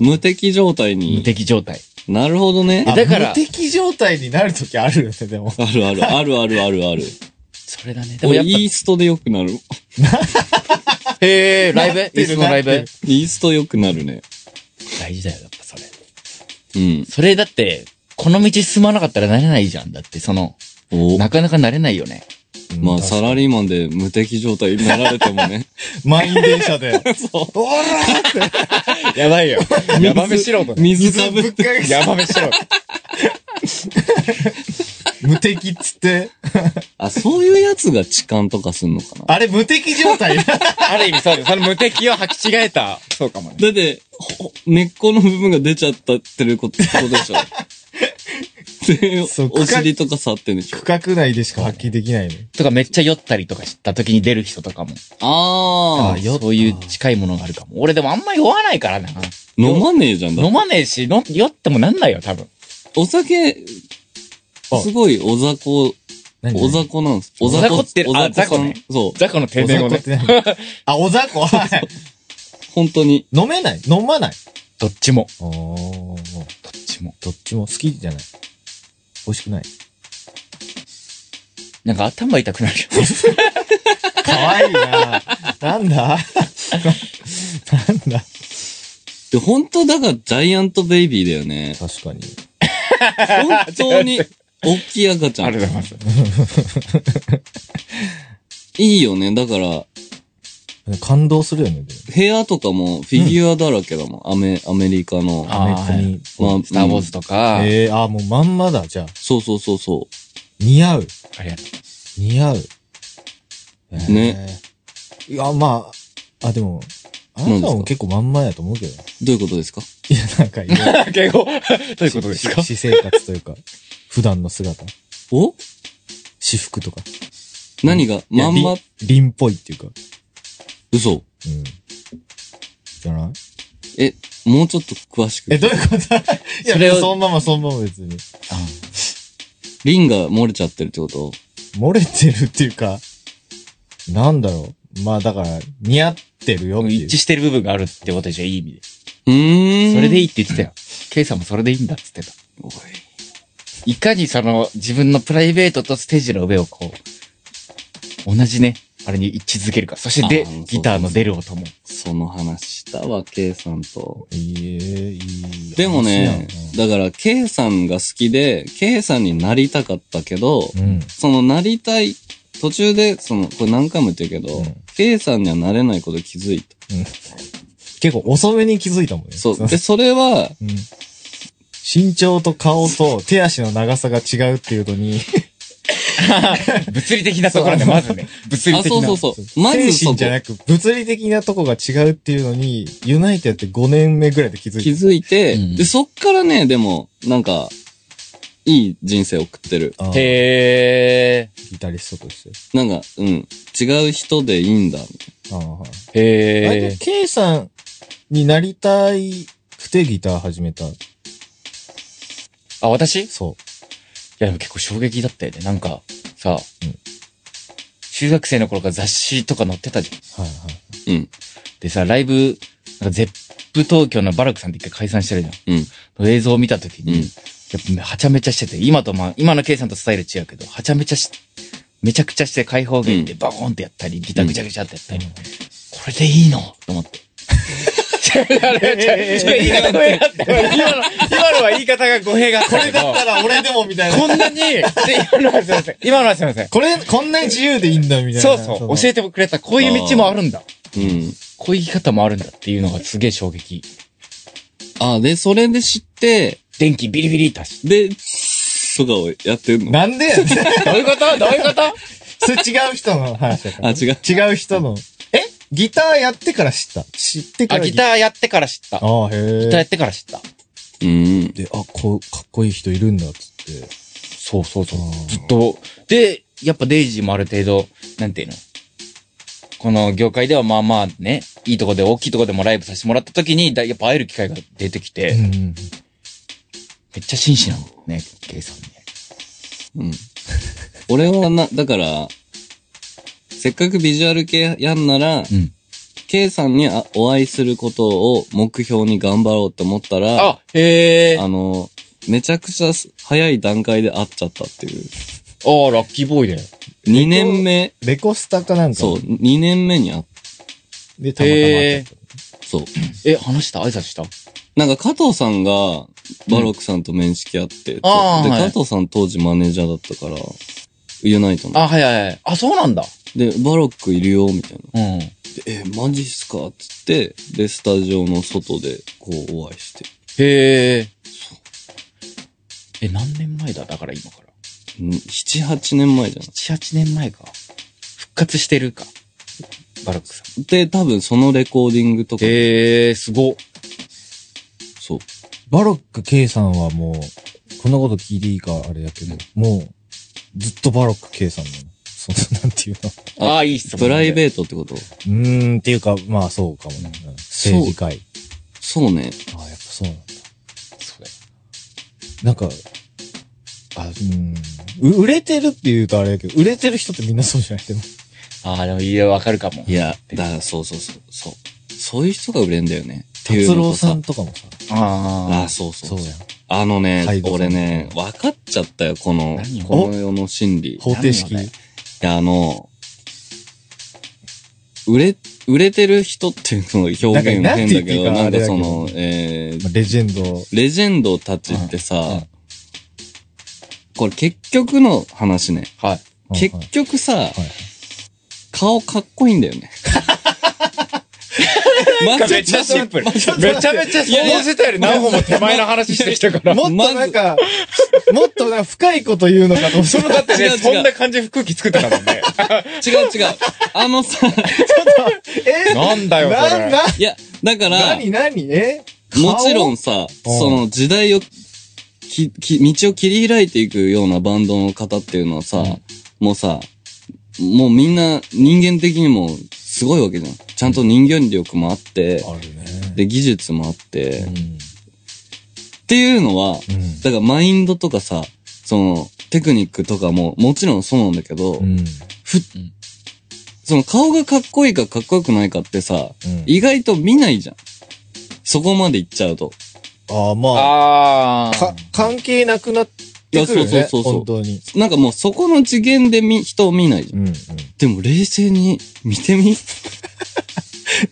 B: 無敵状態
A: 無
B: に。
A: 敵状態。
B: なるほどね。
A: だから
C: 無敵状態になるときあるよね、でも。
B: あるある、あるあるあるある。
A: それだね。でも
B: 俺
A: やっ
B: イーストで良くなる。
A: ぱ、へえライブ
C: なってる
A: いつものライ
C: なっ
A: ブ
C: て
B: イースト良くなるね。
A: 大事だよ、やっぱそれ。
B: うん。
A: それだって、この道進まなかったらなれないじゃん。だって、その、
B: お
A: なかなかなれな
C: (laughs)
A: いよね。
B: まあ、
C: さ
B: サラリーマンで無敵状態になられてもね。
C: 満員電車
D: (laughs)
C: で。
B: そ
C: おらーって。
D: やばいよ。やばめしろと
B: う。。水かぶ
C: ぶ
B: っ
C: っか
B: て。
C: けて
D: やばめしろ。
C: (laughs) 無敵っつって。
B: あ、そういうやつが痴漢とかすんのかな。
C: あれ無敵状態
D: (laughs) ある意味そうです。その無敵を履き違えた。そうかもね。
B: だって、ほ根っこの部分が出ちゃったってることことでしょ。で
C: そう、
B: お尻とか触ってんでしょ。
C: 区画内でしか発揮できないね。
A: とか、めっちゃ酔ったりとかした時に出る人とかも。
B: あー。
A: そういう近いものがあるかも。俺でもあんま酔わないからな。
B: 飲まねえじゃん。だって
A: 飲まねえし、飲酔ってもなんないよ、多分。
B: お酒、
C: あ
B: すごいお雑魚、
C: 何
B: お雑魚なんです。
A: お雑魚って
B: お
A: あ
B: 雑魚さん
A: 雑魚ね
B: そう。
A: ザコの
C: お
A: 定
C: 雑
A: 年
C: 魚
A: 後
C: っ
A: ね。
C: て何あ、お雑魚はい
B: 本当に。
C: 飲めない飲まない
A: どっちも。
C: お
A: どっちも。
C: どっちも好きじゃない。美味しくない。
A: なんか頭痛くなるよ。
C: かわいいななんだ (laughs) なんだ
B: で、本当だからジャイアントベイビーだよ
C: (laughs)
B: ね。
C: 確かに。
B: 本当に、大きい赤ちゃ
A: あり
B: ん。
A: がとう
B: (laughs)
A: ございます。
B: いいよね。だから、
C: 感動するよね、でも。
B: 部屋とかもフィギュアだらけだもん。アメ、アメリカの。
A: あー
C: アメコ
B: ま
C: ミ
B: あ、
A: スターウォー
B: う
A: ズ
B: ん
A: とか、
C: えー、あ、もうまんまだ、じゃあ。
B: そうそうそうそ
C: 似合う。
A: あれや
C: 似合う。えー
B: ね。
C: いや、まあ、あ、でも、あなたも結構まんまやと思うけど。
B: う。どういうことですか
C: いや、なんかいろいろ、
A: 敬語 (laughs) どういうことですか
C: し私生活というか、普段の姿。
B: お
C: 私服とか。
B: 何がまんま
C: いや、り凛っぽいっていうか。
B: 嘘。
C: うん。じゃない
B: え、もうちょっと詳しく。
C: え、どういうこといや、
A: それ
C: そ
A: を
C: のままそのまま別に。
B: リンが漏れちゃってるってこと
C: 漏れてるっていうか、なんだろう。まあだから、似合っってるよっていう
A: 一致してる部分があるってことでしょ、いい意味で。
B: うーん。
A: それでいいって言ってたよ。ケイさんもそれでいいんだって言ってた。
B: おい。
A: いかにその自分のプライベートとステージの上をこう、同じね、あれに一致づけるか。そして
B: あー
A: で
B: そうそう、
A: ギターの出る音も。
B: その話したわ、K さんと。
C: いいえ、いい。
B: でもね
C: 話、
B: だから K さんが好きで、K さんになりたかったけど、
C: やなうん。
B: そのなりたい、途中で、その、これ何回も言ってるけど、
C: うん
B: K さんにはなれないこと気づいた。
C: 結構遅めに気づいたもんね。
B: そう。で、それは、
C: うん。身長と顔と手足の長さが違うっていうのに、
A: 物理的なところで、ま
B: (laughs)
A: ずね。物理
B: あ、
A: 的
B: そ
A: な。
B: うそう
C: (laughs)
B: そう。まず
C: 精
B: そ
C: 神
B: こ
C: じゃなく物理的なとこが違うっていうのに、ユナイテッドって5年目ぐらいで気づ
B: 気
C: いた。
B: づいて、
A: うん
B: で、そっからね、でも、なんか、いい人生送ってる。
C: あー
A: へ
C: ギタリストとして。
B: なんか、うん、違う人でいいんだ。
C: ああ、はい。
A: ー。へ
C: あれで、
A: ー。
C: K さんになりたいくてギター始めた。
A: あ、私い
C: そ
A: や、でも結構衝撃だったよね。なんか、さ、
C: うん
A: 中学生の頃から雑誌とか載ってたじゃん。
C: う。はいはい。
B: うん。
A: でさ、ライブ、なんかゼップ東京のバラクさんって一回解散してるじゃん。映像を見たときに、
B: うん
A: やっぱはちゃめちゃしてて、今とまあ、今のケイさんとスタイル違うけど、はちゃめちゃし、めちゃくちゃして開放弦でバコンってやったり、ギターぐちゃぐちゃってやったり、これでいいのと思って。 (laughs)
D: ちょ言い方語弊があって、今の、今のは言い方が語弊があったけど、
C: だから俺でもみたいな。
D: こんなに、で (laughs) 今のはすいません。今のはすいません。
C: これ、こんなに自由でいいんだみたいな。
A: そうそう、教
C: え
A: えてくれた。こういう道もあるんだ。
B: うん。
A: こういう生き方もあるんだっていうのがすげえ衝撃。
B: あ、で、それで知って、
A: 電気ビリビリ足し。
B: で、とかをやってるの。
C: なんでやねん
A: どういうことどういうこと
C: それ違う人の話だか
B: あ、
C: ら。
B: 違う。
C: 違う人の。えギターやってから知った。知ってか
A: あ、
C: ら
A: ギタ
C: ー。
A: ーやってから知った。ギ
C: ああ、へえ。
A: ターやってから知った。
B: うん。
C: で、あ、こう、かっこいい人いるんだ、つって。
A: そうそうそう
C: あ。ー
A: ずっと、で、やっぱデイジーもある程度、なんていうのこの業界ではまあまあね、いいとこで、大きいとこでもライブさせてもらった時に、だやっぱ会える機会が出てきて、
C: う
A: め
C: んうん。
A: っちゃ紳士なのね、ケイさん
B: う
A: ね。
B: ん。俺はな、だから、せっかくビジュアル系やんなら、
A: ん
B: K さんにあお会いすることを目標に頑張ろうって思ったら、
A: あ、へえ。あ
B: あの、めちゃくちゃ早い段階で会っちゃったっていう。
A: ー、ラッキーボーイだよ。
B: 2年目、
C: レコスタかなんか。
B: そう、。2年目に会っ
C: で、たまたま会っちゃった。
B: そう。
A: え、話した挨拶した
B: なんか加藤さんが、バロックさんと面識あって、
A: あー
B: で、
A: はい
B: 加藤さん当時マネージャーだったから、ユナイトの。
A: あ、はいはいはい。あ、そうなんだ。
B: で、バロックいるよ、みたいな。
A: うん。へ
B: え、マジっすかっつって、で、スタジオの外で、こう、お会いして。
A: え。え、何年前だだから今から。
B: ん7、8年前じゃな
A: 7、8年前か。復活してるか。バラックさん。
B: いで、多分そのレコーディングとか、
A: へえ、すごっ。
B: そう。
C: バロック K さんはもう、こんなこと聞いていいか、あれやけど、もう、ずっとバロック K さんなの。その、なんていうの。
A: ああ、いい質問。
B: プライ
A: ー
B: ベートってこと
C: うーん、っていうか、まあそうかもね。うん政治界。
B: そうね。
C: ああ、やっぱそうなんだ。
A: ト。そうだよ
C: なんか、あ、うーん。う売れてるって言うとあれやけど、売れてる人ってみんなそうじゃないでも。
A: ああ、でもいや、わかるかも
B: い。や、だから、そうそうそう。そう。そういう人が売れんだよね。ってい
C: 達
B: うの
C: 郎
B: とさ
C: さんとかもさ、
B: あ
A: あ
B: あ、そうそう
C: そ
B: そうう。
C: やん。
B: あのね
C: はい、どうぞ
B: 俺ね、分かっちゃったよ、この
A: 何、を
B: この世の心理。い
C: 方程式。
A: 何をね
B: や、あの、売れ、売れてる人っていうの表現が変
C: なんかなん
B: だ
C: て言って
B: け
C: いい
B: ど、
C: か
B: なん
C: あれ
B: か
C: だけ
B: そ
C: ど
B: の、えー
C: まあレジェンド。
B: レジェンドたちってさ、
A: うんうん
B: これ結局の話ね。
A: あ。はい。
B: 結局さ、
C: はい
B: 顔かっこいいんだよ
C: (laughs)
B: ね。ま
D: めっちゃシンプル。めちゃめちゃ、想像してたより何本も手前の話してきた
A: (laughs)
D: から。
C: もっとなんか、もっとなんか深いこと言うのかと思っ
D: そのだって
B: 違う違
D: ね、
B: う
D: そんな感じの空気作ってたもんね。
B: 違う違う。あのさ、 (laughs)
C: て。
D: (laughs)
C: え
D: なんだよ、こ
C: な、
D: れ。
C: な、
B: いや、だから、
C: 何、何、え
B: もちろ
C: ん。
B: んさ、
C: うん
B: その時代を、き、き、道を切り開いていくようなバンドの方っていうのはさ、もうさ、もうみんな人間的にもすごいわけじゃん。ちゃんと人間力もあって、
C: 顔あるね。
B: で、技術もあって、
C: う
B: っ
C: ん。
B: ていうのは、
C: うん
B: だからマインドとかさ、その、テクニックとかも、もちろんそうなんだけど、
C: うん。
B: ふ、その顔がかっこいいかかっこよくないかってさ、
C: うん
B: 意外と見ないじゃん。そこまで行っちゃうと。
C: ああ、ま
A: あ
C: あ、か
A: あ。、
C: 関係なくなってくる
B: いやそ
C: ね。
B: うそうそうそう
C: 本当に。
B: なんかもうそこの次元でみ人を見ないじゃん。
C: うん、うん。
B: でも冷静に見て
A: (laughs)
B: み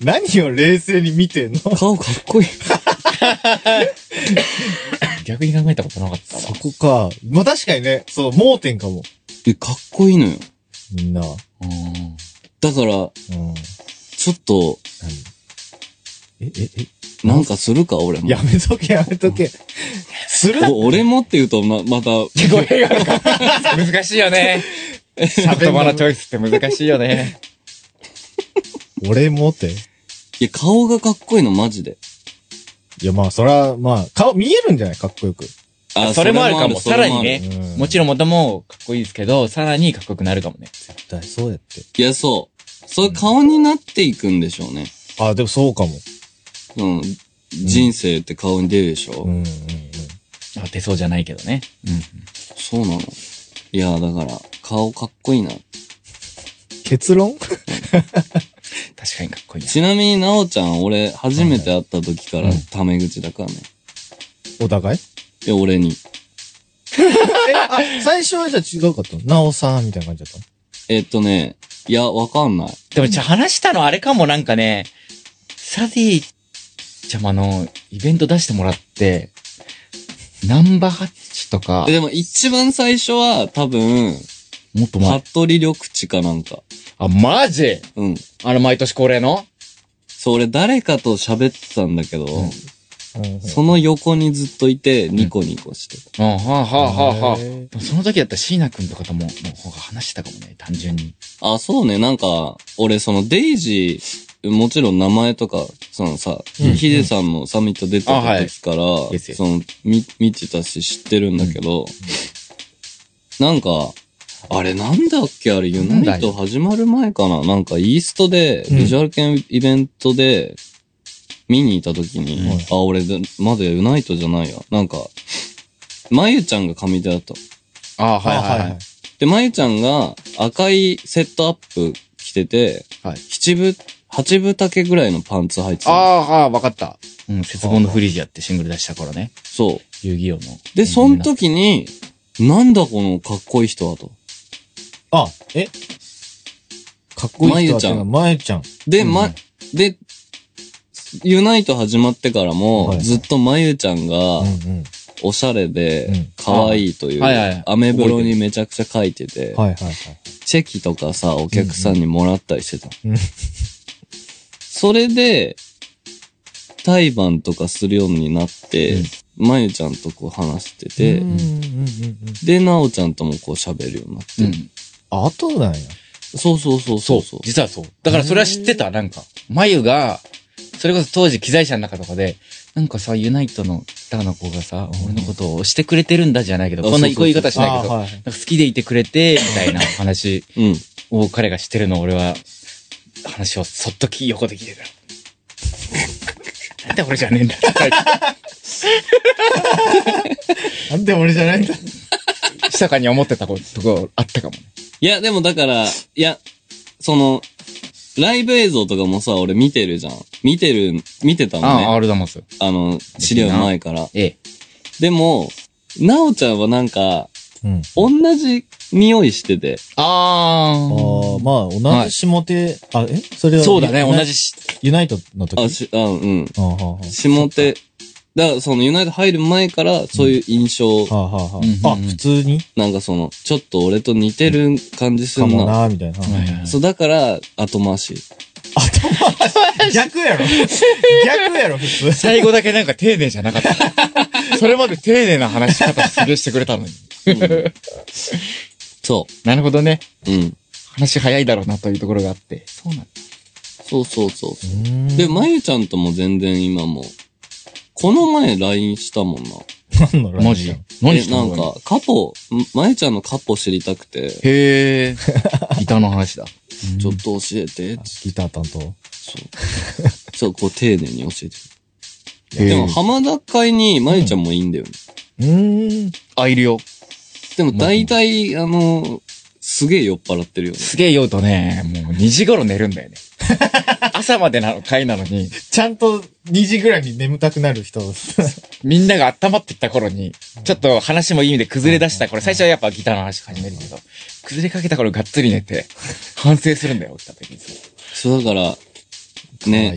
C: 何を冷静に見てんの
B: 顔かっこいい。
A: 逆に考えたことなかった
C: そ
A: わ。
C: こか。まあ確かにね、そう、盲点かも。
B: えかっこいいのよ。
C: みんな。う
A: うん。
B: だから、
C: ん。
B: ちょっと、
C: え、え、
B: なんかするか、俺
C: え、
B: も。
C: やめとけ、やめとけ。する
B: お俺もって言うと、ま、また、
A: 結構映画か。難しいよね。言葉のチョイスって難しいよね。
C: 俺もって。
B: いや、顔がかっこいいの、マジで。
C: いや、まあ、そら、まあ、顔見えるんじゃないかっこよく。
B: あ
A: それもあるかも
B: それある
A: さらにね
C: うん
A: もちろんもともかっこいいですけど、さらにかっこよくなるかもね。
C: 絶対そうやって。
B: いや、そう。そういう顔になっていくんでしょうね。
C: あ、でもそうかも。
B: うん。人生って顔に出るでしょ。
C: うん、うん、うん。
A: あ出そうじゃないけどね。うん。
B: そうなの。いや、だから、顔かっこいいな。
C: 結論
A: 確かにかっこいいな。
B: ちなみに、なおちゃん、俺、初めて会った時から
A: うん、
B: タメ口だからね。
C: (laughs) お互い
B: いや、俺に。
C: え、あ、最初はじゃあ違うかったのなおさんみたいな感じだっ
B: えっとね、いや、わかんない。
A: でも、ちょ、話したのあれかも、なんかね、サディちゃまのイベント出してもらって、ナンバーハッチとか
B: え、でも、一番最初は、多分、
A: もっと前。
B: 服部緑地かなんか。
A: あ、マジ
B: うん。
A: あの、毎年恒例の
B: そう、俺、誰かと喋ってたんだけど、
A: うん
C: たのうん、うん。
B: その横にずっといて、ニコニコしてた。
A: うん、はあ、はあ、はあ、はあ。で
C: へ
A: もその時だったら椎名くんとかとも、の方が話してたかもね、単純に。
B: あ、そうね。なんか、俺、その、デイジー、もちろん名前とか、そのさ、
C: うん
B: ヒデさんのサミット出て
A: あは
B: た
A: い
B: 時から、
A: Yes, yes.
B: その、見、見てたし知ってるんだけど、なんか、あれなんだっけあれ、ユナイト始まる前かななんか、イーストで、
C: うん
B: ビジュアル系イベントで、見に行った時に、
C: はい
B: あ、俺で、まだユナイトじゃないや。なんか、まゆちゃんが上手だった。
A: ああ、
C: あはいはい。
B: で、まゆちゃんが赤いセットアップ着てて、
A: はい
B: 七分、八分丈ぐらいのパンツ履いて
A: あ
B: たの。
A: あ、ああ、わかった。うん、節分のフリージアってシングル出した頃ね。
B: そ
A: 遊戯王の。
B: う。で、その。時に、なんだこのかっこいい人はと。
C: あ、えかっこいい人だったな。まゆちゃん。
B: で、
A: うん
B: ま、で、ユナイト始まってからも、
C: はいはい
B: ずっとまゆちゃんが
C: うん、うん。
B: おしゃれで
C: うん、
B: 可愛いという、
A: はいはい
B: アメブロにめちゃくちゃ書いてて、
C: はいはいはい。
B: チェキとかさ、お客さんにもらったりしてた。
C: うんうん
B: それで、対バンとかするようになって、まゆちゃんとこう話してて、
C: うんうんうんうんうん。
B: で、なおちゃんともこう喋るようになって。
A: うん。
C: あとなんや。
B: そうそうそう
A: そ
B: そううそう。
A: 実はそう。だからそれは知ってた、なんか。眉が、それこそ当時機材車の中とかで、なんかさ、ユナイトのギターの子がさ、俺のことをしてくれてるんだじゃないけど、
B: あ
A: こんなこういう言い方しない
C: あ
A: け
C: ー
A: ど、なんか
C: はいはい。
A: 好きでいてくれて、みたいな話
B: うん。
A: を彼がしてるのを俺は、話をそっとき横で聞いて (laughs) から。なんで俺じゃねえんだって、
C: なんで俺じゃないんだ。
A: 密かに思ってたことがあったかもね。
B: いや、でもだから、いや、その、ライブ映像とかもさ、俺見てるじゃん。見てる、見てたの
A: ああ、
B: ね。
A: あれだもんすよ。
B: あの、資料前から。
A: ええ。
B: でも、なおちゃんはなんか、
C: うん。
B: 同じ匂いしてて。
A: あ
C: ああ、
A: ー
C: まあ、同じ下手、あ、えそれは。
A: そうだね、
C: ユナ
A: 同じし、
C: ユナイトの時。
B: あ、し、あ、うん。
C: あはあはあ
B: 下手。だから、その、ユナイト入る前から、そういう印象、
C: はあはあは
A: うんうん
C: あ。あ、普通に
B: なんかその、ちょっと俺と似てる感じす
C: か
B: ん
C: も
B: な。
C: な、みたいな。
A: はいはいはい
B: そう、だから、後回し。
C: 逆やろ逆やろ、普通。
A: 最後だけなんか丁寧じゃなか (laughs) った。それまで丁寧な話し方するしてくれたのに。
B: うんそ
A: なるほどね。
B: う。うん。
A: 話早いだろうなというところがあって。そうなんだ。
B: そうそうそう。で、まゆちゃんとも全然今も、この前 LINE したもんな。
C: 何のライブ
A: マジ何
B: え、
A: し
B: な
A: たの
B: んか、カポ、んまゆちゃんのカポ知りたくて、
A: へえ。 (laughs) ギターの話だ。
B: ちょっと教えて、つ
C: ギター担当。
B: そう。そう、こう丁寧に教えて。
A: へえ
B: でも、浜田会にまゆちゃんもいいんだよね。
C: うーん。
A: あ、いるよ。
B: でも、大体、あの、すげえ酔っ払ってるよね。
A: すげえ酔うとね、もう2時頃寝るんだよ (laughs) ね。朝までなの回なのに、
C: ちゃんと2時ぐらいに眠たくなる人。
A: みんなが温まってった頃に、ちょっと話もいい意味で崩れ出した頃、最初はやっぱギターの話始めるけど、崩れかけた頃がっつり
B: (laughs)
A: 寝て、反省するんだよ、起きた時に。
B: そうだから、
C: 可愛
B: ね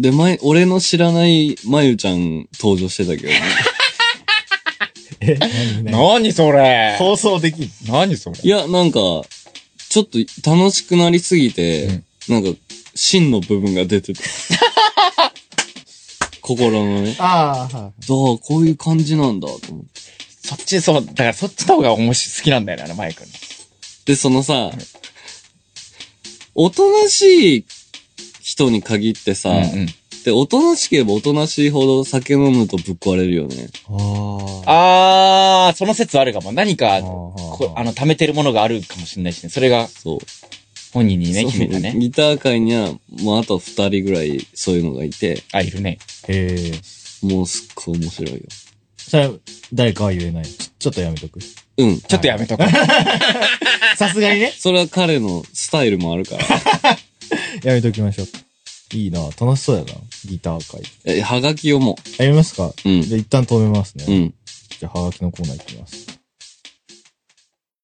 C: い。
B: で、前、俺の知らないまゆちゃん登場してたけどね。
C: え、何何
A: 何それ
C: 放送できん。
A: 何それ
B: いや、なんか、ちょっと楽しくなりすぎて、なんか、芯の部分が出て
A: (laughs)
B: た。心のね。
C: ああ、はい。
B: だあ、こういう感じなんだ、と思って。
A: そっち、そう、だからそっちの方が面白い、好きなんだよね、あのマイクの。
B: で、そのさ、おとなしい人に限ってさ、
A: うんうん。
B: で、おとなしければおとなしいほど酒飲むとぶっ壊れるよね。
C: ああ。
A: あー、その説あるかも。何か、こあ
C: の、
A: の、溜めてるものがあるかもしれないしね。それが
B: そう。
A: 本人にね、決めた
B: そう
A: ね。
B: ギター界には、もうあと二人ぐらいそういうのがいて、
A: あ、いるね。
C: ええ。
B: もうすっごい面白いよ。
C: それ、誰かは言えない。ちょちょっとやめとく。
B: うん。
A: ちょっとやめとこう。
C: (laughs) さすがにね。
B: それは彼のスタイルもあるから。
C: やめときましょう。いいな楽しそうやな。ギター界。
B: え、はがき読も
C: やりますか
B: う。うん
C: じ。ゃあ一旦止めますね。
B: うん。
C: じゃあ、はがきのコーナーいきます。